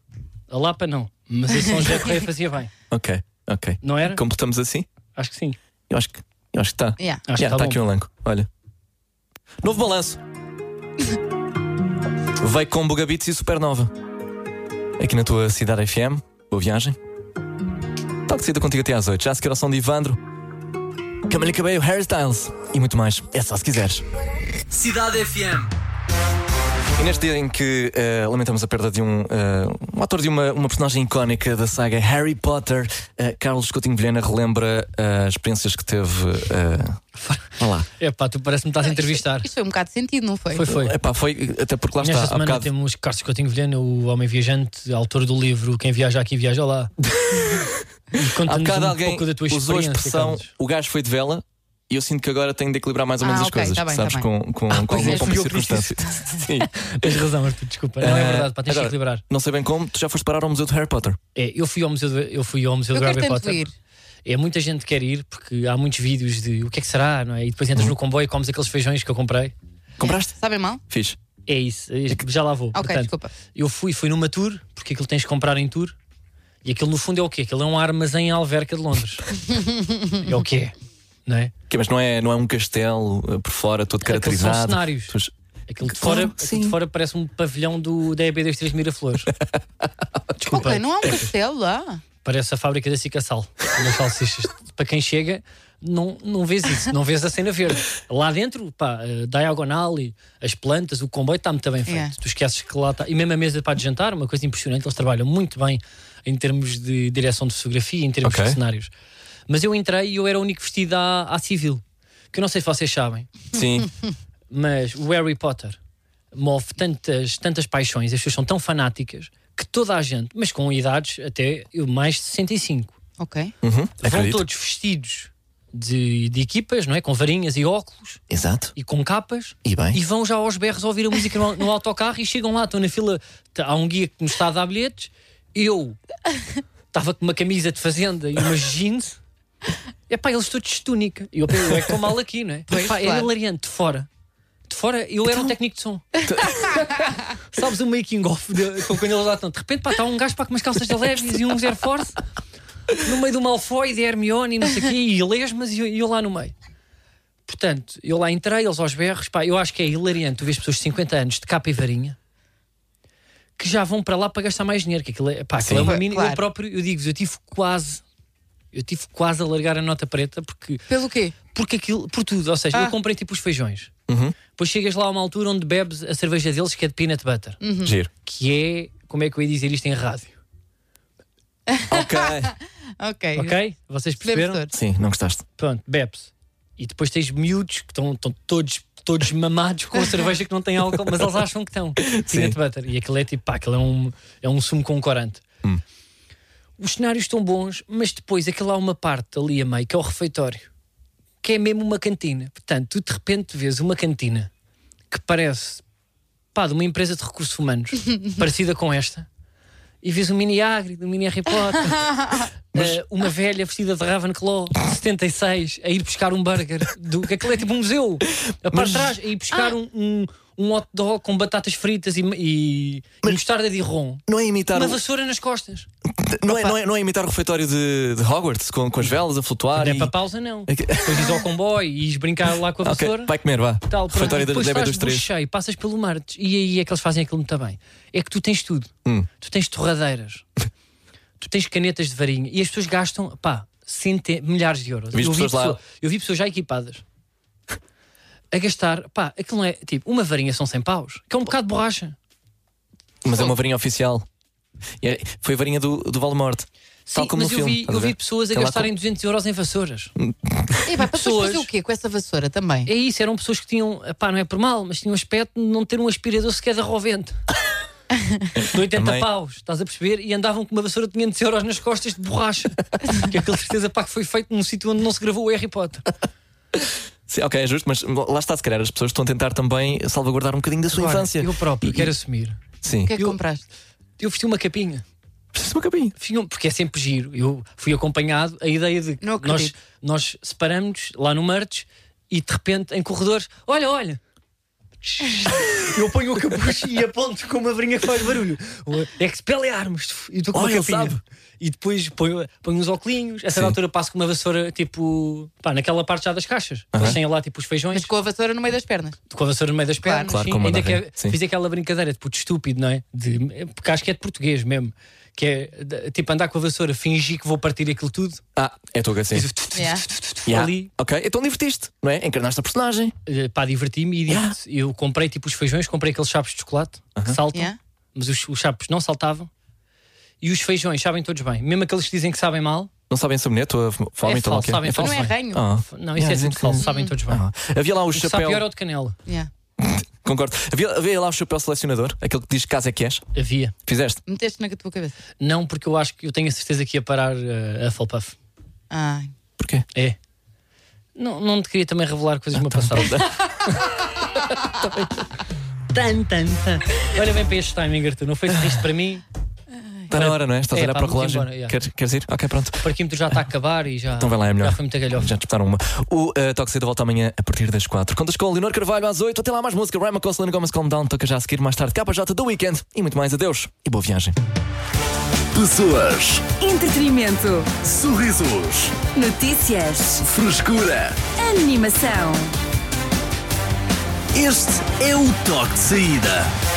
[SPEAKER 3] A Lapa não. Mas a São José Correia fazia bem.
[SPEAKER 4] Ok, ok.
[SPEAKER 3] Não era?
[SPEAKER 4] Completamos assim?
[SPEAKER 3] Acho que sim.
[SPEAKER 4] Eu acho que eu acho que está.
[SPEAKER 5] Yeah.
[SPEAKER 3] Acho que
[SPEAKER 4] está
[SPEAKER 3] tá bom.
[SPEAKER 4] aqui um elenco. Olha. Novo balanço. Veio com Bugabits e Supernova. Aqui na tua cidade FM. Boa viagem. Toque de saída contigo até às 8. Já se quer ao som de Ivandro. Camila Cabello, Harry Styles e muito mais. É só se quiseres.
[SPEAKER 1] Cidade FM.
[SPEAKER 4] E neste dia em que eh, lamentamos a perda de um, eh, um ator de uma, uma personagem icónica da saga Harry Potter, eh, Carlos Coutinho Vilhena relembra eh, as experiências que teve. eh, vá lá.
[SPEAKER 3] É pá, tu parece-me que estás a entrevistar.
[SPEAKER 5] Isto foi um bocado de sentido, não foi?
[SPEAKER 3] Foi, foi.
[SPEAKER 4] Epá, foi até porque lá
[SPEAKER 3] Nesta
[SPEAKER 4] está, há
[SPEAKER 3] semana
[SPEAKER 4] bocado.
[SPEAKER 3] temos Carlos Coutinho Vilhena, o Homem Viajante, autor do livro Quem Viaja Aqui Viaja Lá. E
[SPEAKER 4] Há
[SPEAKER 3] conta-nos
[SPEAKER 4] bocado
[SPEAKER 3] um
[SPEAKER 4] alguém
[SPEAKER 3] pouco da tua
[SPEAKER 4] usou a
[SPEAKER 3] experiência.
[SPEAKER 4] expressão
[SPEAKER 3] Carlos.
[SPEAKER 4] o gajo foi de vela e eu sinto que agora tenho de equilibrar mais ou menos
[SPEAKER 5] Ah,
[SPEAKER 4] as
[SPEAKER 5] ok,
[SPEAKER 4] coisas,
[SPEAKER 5] tá bem,
[SPEAKER 4] sabes?
[SPEAKER 5] tá bem.
[SPEAKER 4] Com, com, com alguma
[SPEAKER 3] é, fui
[SPEAKER 4] pompa e
[SPEAKER 3] eu que disse
[SPEAKER 4] circunstância. Sim.
[SPEAKER 3] Tens razão, Arthur, desculpa. Não é
[SPEAKER 4] Eh,
[SPEAKER 3] verdade, pá, tens de
[SPEAKER 4] agora-
[SPEAKER 3] equilibrar.
[SPEAKER 4] Não sei bem como, tu já foste parar ao Museu de Harry Potter.
[SPEAKER 3] É, eu fui ao Museu do, eu fui ao museu
[SPEAKER 5] Eu
[SPEAKER 3] do
[SPEAKER 5] quero
[SPEAKER 3] Harry
[SPEAKER 5] tanto
[SPEAKER 3] Potter.
[SPEAKER 5] ir.
[SPEAKER 3] É, muita gente quer ir porque há muitos vídeos de o que é que será, não é? E depois entras
[SPEAKER 4] Uhum.
[SPEAKER 3] no comboio e comes aqueles feijões que eu comprei.
[SPEAKER 4] Compraste?
[SPEAKER 5] Sabem mal?
[SPEAKER 4] Fiz.
[SPEAKER 3] É isso, é- já lá vou.
[SPEAKER 5] Ok,
[SPEAKER 3] Portanto,
[SPEAKER 5] desculpa.
[SPEAKER 3] Eu fui, fui numa tour, porque aquilo tens de comprar em tour. E aquilo no fundo é o quê? Aquilo é um armazém em Alverca de Londres. é o que é, não é?
[SPEAKER 4] Que, mas não é, não é um castelo eh, por fora todo
[SPEAKER 3] Aquilo são
[SPEAKER 4] caracterizado.
[SPEAKER 3] cenários.
[SPEAKER 4] Pois-
[SPEAKER 3] Aquilo de,
[SPEAKER 4] Claro,
[SPEAKER 3] fora, aquilo
[SPEAKER 4] sim.
[SPEAKER 3] de fora parece um pavilhão do, da EB 23 Miraflores. Desculpa,
[SPEAKER 5] Ok, não há um castelo lá.
[SPEAKER 3] parece a fábrica da Cicassal. das salsichas. Para quem chega, não, não vês isso, não vês a cena verde. Lá dentro, pá, eh, diagonal, e as plantas, o comboio está muito bem feito.
[SPEAKER 5] Yeah.
[SPEAKER 3] Tu esqueces que lá está. E mesmo a mesa para de jantar, uma coisa impressionante, eles trabalham muito bem em termos de direção de fotografia, em termos
[SPEAKER 4] Ok.
[SPEAKER 3] de cenários. Mas eu entrei e eu era o único vestido à, à civil. Que eu não sei se vocês sabem,
[SPEAKER 4] Sim.
[SPEAKER 3] mas o Harry Potter move tantas, tantas paixões, as pessoas são tão fanáticas que toda a gente, mas com idades até eu, mais de 65,
[SPEAKER 5] Ok.
[SPEAKER 4] Uhum.
[SPEAKER 3] vão
[SPEAKER 4] Acredito.
[SPEAKER 3] todos vestidos de, de equipas, não é? Com varinhas e óculos
[SPEAKER 4] Exato.
[SPEAKER 3] e com capas
[SPEAKER 4] E bem.
[SPEAKER 3] vão já aos berros ouvir a música no, no autocarro e chegam lá, estão na fila, tá- há um guia que nos está a dar bilhetes, eu estava com uma camisa de fazenda e umas jeans. É pá, eles todos de túnica. E eu, eu é que estou mal aqui, não é?
[SPEAKER 5] Pois,
[SPEAKER 3] Epá, Era
[SPEAKER 5] claro.
[SPEAKER 3] hilariante, de fora. De fora, eu era um
[SPEAKER 4] Então-
[SPEAKER 3] técnico de som. Sabes o making off quando eles lá estão? De repente, pá, está um gajo pá, com umas calças de leves e uns Air Force no meio do Malfoy, de Hermione e não sei o quê, e lesmas e eu- e eu lá no meio. Portanto, eu lá entrei, eles aos berros, pá, eu acho que é hilariante tu vês pessoas de 50 anos de capa e varinha que já vão para lá para gastar mais dinheiro, que aquilo é, pá, aquilo é uma
[SPEAKER 5] Sim,
[SPEAKER 3] mina,
[SPEAKER 5] claro.
[SPEAKER 3] eu próprio, eu digo eu tive quase, eu tive quase a largar a nota preta porque,
[SPEAKER 5] Pelo quê?
[SPEAKER 3] porque aquilo, por tudo, ou seja,
[SPEAKER 5] Ah. Uhum.
[SPEAKER 3] eu comprei tipo os feijões, depois chegas lá a uma altura onde bebes a cerveja deles que é de peanut butter,
[SPEAKER 4] Giro.
[SPEAKER 3] que é, como é que eu ia dizer isto em rádio,
[SPEAKER 4] ok.
[SPEAKER 5] Ok.
[SPEAKER 3] ok? Vocês
[SPEAKER 5] Percebemos
[SPEAKER 3] perceberam?
[SPEAKER 5] todos.
[SPEAKER 4] Sim, não gostaste.
[SPEAKER 3] pronto, bebes. E depois tens miúdos que estão estão todos, todos mamados com a cerveja que não tem álcool, mas eles acham que estão. Peanut butter. E aquilo é tipo, pá, aquilo é um, é um sumo com corante. os cenários estão bons, mas depois aquilo há uma parte ali a meio, que é o refeitório, que é mesmo uma cantina. Portanto, tu de repente vês uma cantina que parece pá, de uma empresa de recursos humanos, parecida com esta, e vês um mini Agri, um mini Harry Potter, eh, uma velha vestida de Ravenclaw, de 76, a ir buscar um burger. Do, que aquilo é tipo um museu. A parte de trás, a ir
[SPEAKER 4] Ah.
[SPEAKER 3] buscar um, um, um hot dog com batatas fritas e, e, e mostarda de rom.
[SPEAKER 4] Não é imitar,
[SPEAKER 3] Uma
[SPEAKER 4] o-
[SPEAKER 3] vassoura nas costas.
[SPEAKER 4] não é, não é- não é imitar o refeitório de, de Hogwarts com, com as velas a flutuar.
[SPEAKER 3] Não é
[SPEAKER 4] e-
[SPEAKER 3] para pausa, não.
[SPEAKER 4] Ok.
[SPEAKER 3] Depois ires ao comboio e ires brincar lá com a
[SPEAKER 4] Ok,
[SPEAKER 3] vassoura.
[SPEAKER 4] vai comer, vá.
[SPEAKER 3] Tal, pronto.
[SPEAKER 4] refeitório da
[SPEAKER 3] Depois
[SPEAKER 4] Débora
[SPEAKER 3] fazes
[SPEAKER 4] dos
[SPEAKER 3] bucho
[SPEAKER 4] Três.
[SPEAKER 3] cheio, passas pelo Martes e aí é que eles fazem aquilo muito bem. É que tu tens tudo.
[SPEAKER 4] Hum.
[SPEAKER 3] Tu tens torradeiras, tu tens canetas de varinha e as pessoas gastam, pá, centen- milhares de euros.
[SPEAKER 4] Viste
[SPEAKER 3] eu, vi
[SPEAKER 4] pessoas lá-
[SPEAKER 3] pessoa- eu vi pessoas já equipadas a gastar, pá, aquilo não é tipo, uma varinha são 100 paus, que é um bocado de borracha.
[SPEAKER 4] Mas é uma varinha oficial. E é- Foi a varinha do, do Valdemorte. Tal
[SPEAKER 3] Sim,
[SPEAKER 4] como
[SPEAKER 3] mas
[SPEAKER 4] no
[SPEAKER 3] eu
[SPEAKER 4] filme.
[SPEAKER 3] vi,
[SPEAKER 4] estás
[SPEAKER 3] eu
[SPEAKER 4] a ver?
[SPEAKER 3] vi pessoas a
[SPEAKER 4] Tem lá
[SPEAKER 3] gastarem 200 euros em vassouras.
[SPEAKER 5] E vai, para depois
[SPEAKER 3] Pessoas-
[SPEAKER 5] fazer o quê com essa vassoura também?
[SPEAKER 3] É isso, eram pessoas que tinham, pá, não é por mal, mas tinham aspecto de não ter um aspirador sequer de rovente. De 80
[SPEAKER 4] Também.
[SPEAKER 3] paus, estás a perceber? E andavam com uma vassoura de 500 euros nas costas de borracha. que é aquela certeza pá, que foi feito num sítio onde não se gravou o Harry Potter.
[SPEAKER 4] Sim, ok, é justo, mas lá está, se calhar as pessoas estão a tentar também salvaguardar um bocadinho da sua
[SPEAKER 3] Agora,
[SPEAKER 4] infância.
[SPEAKER 3] Eu próprio quero assumir.
[SPEAKER 4] Sim.
[SPEAKER 5] O que é que
[SPEAKER 3] Eu-
[SPEAKER 5] compraste?
[SPEAKER 3] Eu vesti uma capinha.
[SPEAKER 4] Preciso de um cabinho.
[SPEAKER 3] Fui um- Porque é sempre giro. Eu fui acompanhado a ideia de que
[SPEAKER 5] Não
[SPEAKER 3] nós,
[SPEAKER 5] acredito.
[SPEAKER 3] nós separamos lá no Mertes e de repente em corredores, olha, olha. Eu ponho o capuz e aponto com uma varinha que faz barulho. É que se pelearmos e tu com uma
[SPEAKER 4] Olha, ele
[SPEAKER 3] capinha.
[SPEAKER 4] sabe.
[SPEAKER 3] E depois ponho, ponho uns óculinhos. A
[SPEAKER 4] Sim.
[SPEAKER 3] certa altura passo com uma vassoura tipo pá, naquela parte já das caixas. Eles têm lá tipo os feijões
[SPEAKER 5] Mas com a vassoura no meio das pernas.
[SPEAKER 3] com a vassoura no meio das pernas.
[SPEAKER 4] Claro,
[SPEAKER 3] sim.
[SPEAKER 4] como
[SPEAKER 3] Ainda
[SPEAKER 4] na
[SPEAKER 3] que é-
[SPEAKER 4] rede, sim.
[SPEAKER 3] fiz aquela brincadeira de puto estúpido, não é? De, porque acho que é de português mesmo. Que é de- tipo andar com a vassoura, fingir que vou partir aquilo tudo.
[SPEAKER 4] Ah, é tua assim.
[SPEAKER 3] Fiz o
[SPEAKER 5] Yeah.
[SPEAKER 4] Yeah.
[SPEAKER 3] ali,
[SPEAKER 4] Ok, então divertiste, não é? Encarnaste a personagem.
[SPEAKER 3] eh, pá, diverti-me e
[SPEAKER 4] Yeah.
[SPEAKER 3] disse, eu comprei tipo os feijões, comprei aqueles chapos de chocolate que saltam,
[SPEAKER 5] Yeah.
[SPEAKER 3] mas os, os chapos não saltavam. E os feijões sabem todos bem, mesmo aqueles que dizem que sabem mal.
[SPEAKER 4] Não sabem sobre a tua fome
[SPEAKER 3] É
[SPEAKER 4] então
[SPEAKER 3] falso, sabem
[SPEAKER 5] Mas
[SPEAKER 3] falso.
[SPEAKER 5] não é
[SPEAKER 3] bem.
[SPEAKER 5] ranho.
[SPEAKER 4] Ah.
[SPEAKER 3] Não, isso
[SPEAKER 4] Yeah,
[SPEAKER 3] é
[SPEAKER 4] dizem
[SPEAKER 3] tudo
[SPEAKER 4] que-
[SPEAKER 3] falso, sabem todos bem.
[SPEAKER 4] Ah. Havia lá o,
[SPEAKER 3] O que sabe
[SPEAKER 4] chapéu.
[SPEAKER 3] pior é o de canela.
[SPEAKER 5] Yeah.
[SPEAKER 4] Concordo. Havia, havia lá o chapéu selecionador, aquele que diz que casa é que és.
[SPEAKER 3] Havia.
[SPEAKER 4] Fizeste?
[SPEAKER 5] Meteste na tua cabeça.
[SPEAKER 3] Não, porque eu acho que eu tenho a certeza que ia parar eh, a Falpuff.
[SPEAKER 5] Ai.
[SPEAKER 4] Porquê?
[SPEAKER 3] É. Então, Não, não te queria também revelar coisas do meu passado. tan, tan, tan. Olha bem para este timing, Arthur. Não foi isto para mim.
[SPEAKER 4] Está na hora, não é? Estás a
[SPEAKER 3] É,
[SPEAKER 4] olhar
[SPEAKER 3] pá,
[SPEAKER 4] para o
[SPEAKER 3] vamos
[SPEAKER 4] relógio.
[SPEAKER 3] embora, yeah.
[SPEAKER 4] queres, queres ir? Ok, pronto.
[SPEAKER 3] O parquímetro já está a acabar e já.
[SPEAKER 4] Então vai lá, é melhor.
[SPEAKER 3] Já foi muita galhofa.
[SPEAKER 4] Já disputaram uma. O uh, Toque Cedo volta amanhã a partir das 4. Contas com o Leonor Carvalho às 8. Até lá mais música. Ryan McCall, Selena Gomez, Calm Down. Toca já a seguir mais tarde. KJ do Weekend. E muito mais. Adeus e boa viagem.
[SPEAKER 6] Pessoas,
[SPEAKER 7] Entretenimento.
[SPEAKER 6] sorrisos,
[SPEAKER 7] Notícias.
[SPEAKER 6] frescura.
[SPEAKER 7] Animação.
[SPEAKER 6] Este é o toque de saída.